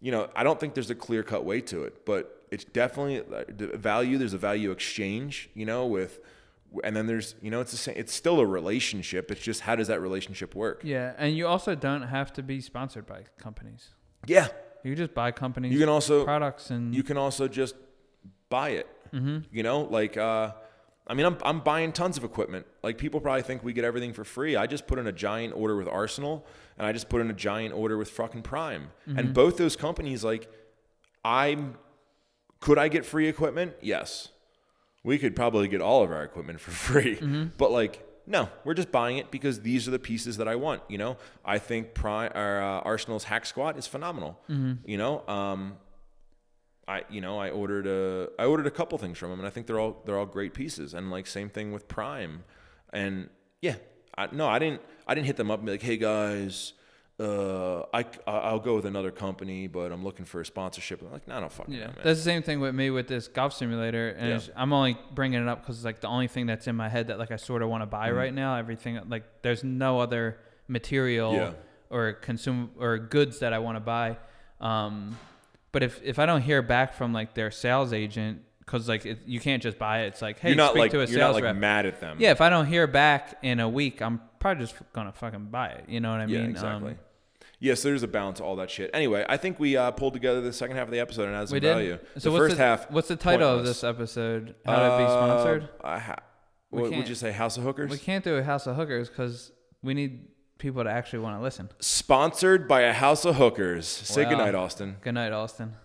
Speaker 1: you know, I don't think there's a clear cut way to it, but it's definitely uh, the value. There's a value exchange, you know, with, and then there's, you know, it's the same, it's still a relationship. It's just how does that relationship work?
Speaker 2: yeah and you also don't have to be sponsored by companies
Speaker 1: Yeah,
Speaker 2: you just buy companies
Speaker 1: you can also
Speaker 2: products and
Speaker 1: Mm-hmm. you can also just buy it. You know, like uh, I mean, I'm I'm buying tons of equipment. Like people probably think we get everything for free. I just put in a giant order with Arsenal, and I just put in a giant order with fucking Prime, and both those companies like I'm could I get free equipment? Yes. We could probably get all of our equipment for free.
Speaker 2: Mm-hmm.
Speaker 1: But like, no, we're just buying it because these are the pieces that I want. You know, I
Speaker 2: Mm-hmm.
Speaker 1: think Prime or uh, Arsenal's Hack Squat is phenomenal. You know, um, I- I you know I ordered a I ordered a couple things from them, and I think they're all they're all great pieces. And like same thing with Prime, and yeah, I, no, I didn't I didn't hit them up and be like, hey guys. Uh, I I'll go with another company, but I'm looking for a sponsorship. I'm like, no, nah, don't fuck
Speaker 2: Yeah,
Speaker 1: that, man.
Speaker 2: that's the same thing with me with this golf simulator, and
Speaker 1: Yeah.
Speaker 2: it's- I'm only bringing it up because it's like the only thing that's in my head that like I sort of want to buy
Speaker 1: Mm-hmm.
Speaker 2: right now. Everything like there's no other material
Speaker 1: Yeah.
Speaker 2: or consume or goods that I want to buy. Um, but if if I don't hear back from like their sales agent, because like it, you can't just buy it. It's like hey,
Speaker 1: you're not
Speaker 2: speak
Speaker 1: like
Speaker 2: to a
Speaker 1: you're not
Speaker 2: sales
Speaker 1: like
Speaker 2: rep.
Speaker 1: mad at them.
Speaker 2: yeah, if I don't hear back in a week, I'm probably just gonna fucking buy it. You know what I mean?
Speaker 1: Yeah,
Speaker 2: Um,
Speaker 1: exactly. yes, there's a balance to all that shit. Anyway, I think we uh, pulled together the second half of the episode and added some
Speaker 2: we did.
Speaker 1: value.
Speaker 2: So
Speaker 1: the
Speaker 2: what's
Speaker 1: first
Speaker 2: the,
Speaker 1: half.
Speaker 2: What's the title of
Speaker 1: pointless.
Speaker 2: this episode? How to be sponsored?
Speaker 1: Uh, I ha-
Speaker 2: We
Speaker 1: what would
Speaker 2: can't-
Speaker 1: you say, House of Hookers?
Speaker 2: We can't do a house of hookers because we need people to actually want to listen.
Speaker 1: Sponsored by a House of Hookers. Say
Speaker 2: Wow.
Speaker 1: goodnight, Austin.
Speaker 2: Good night, Austin.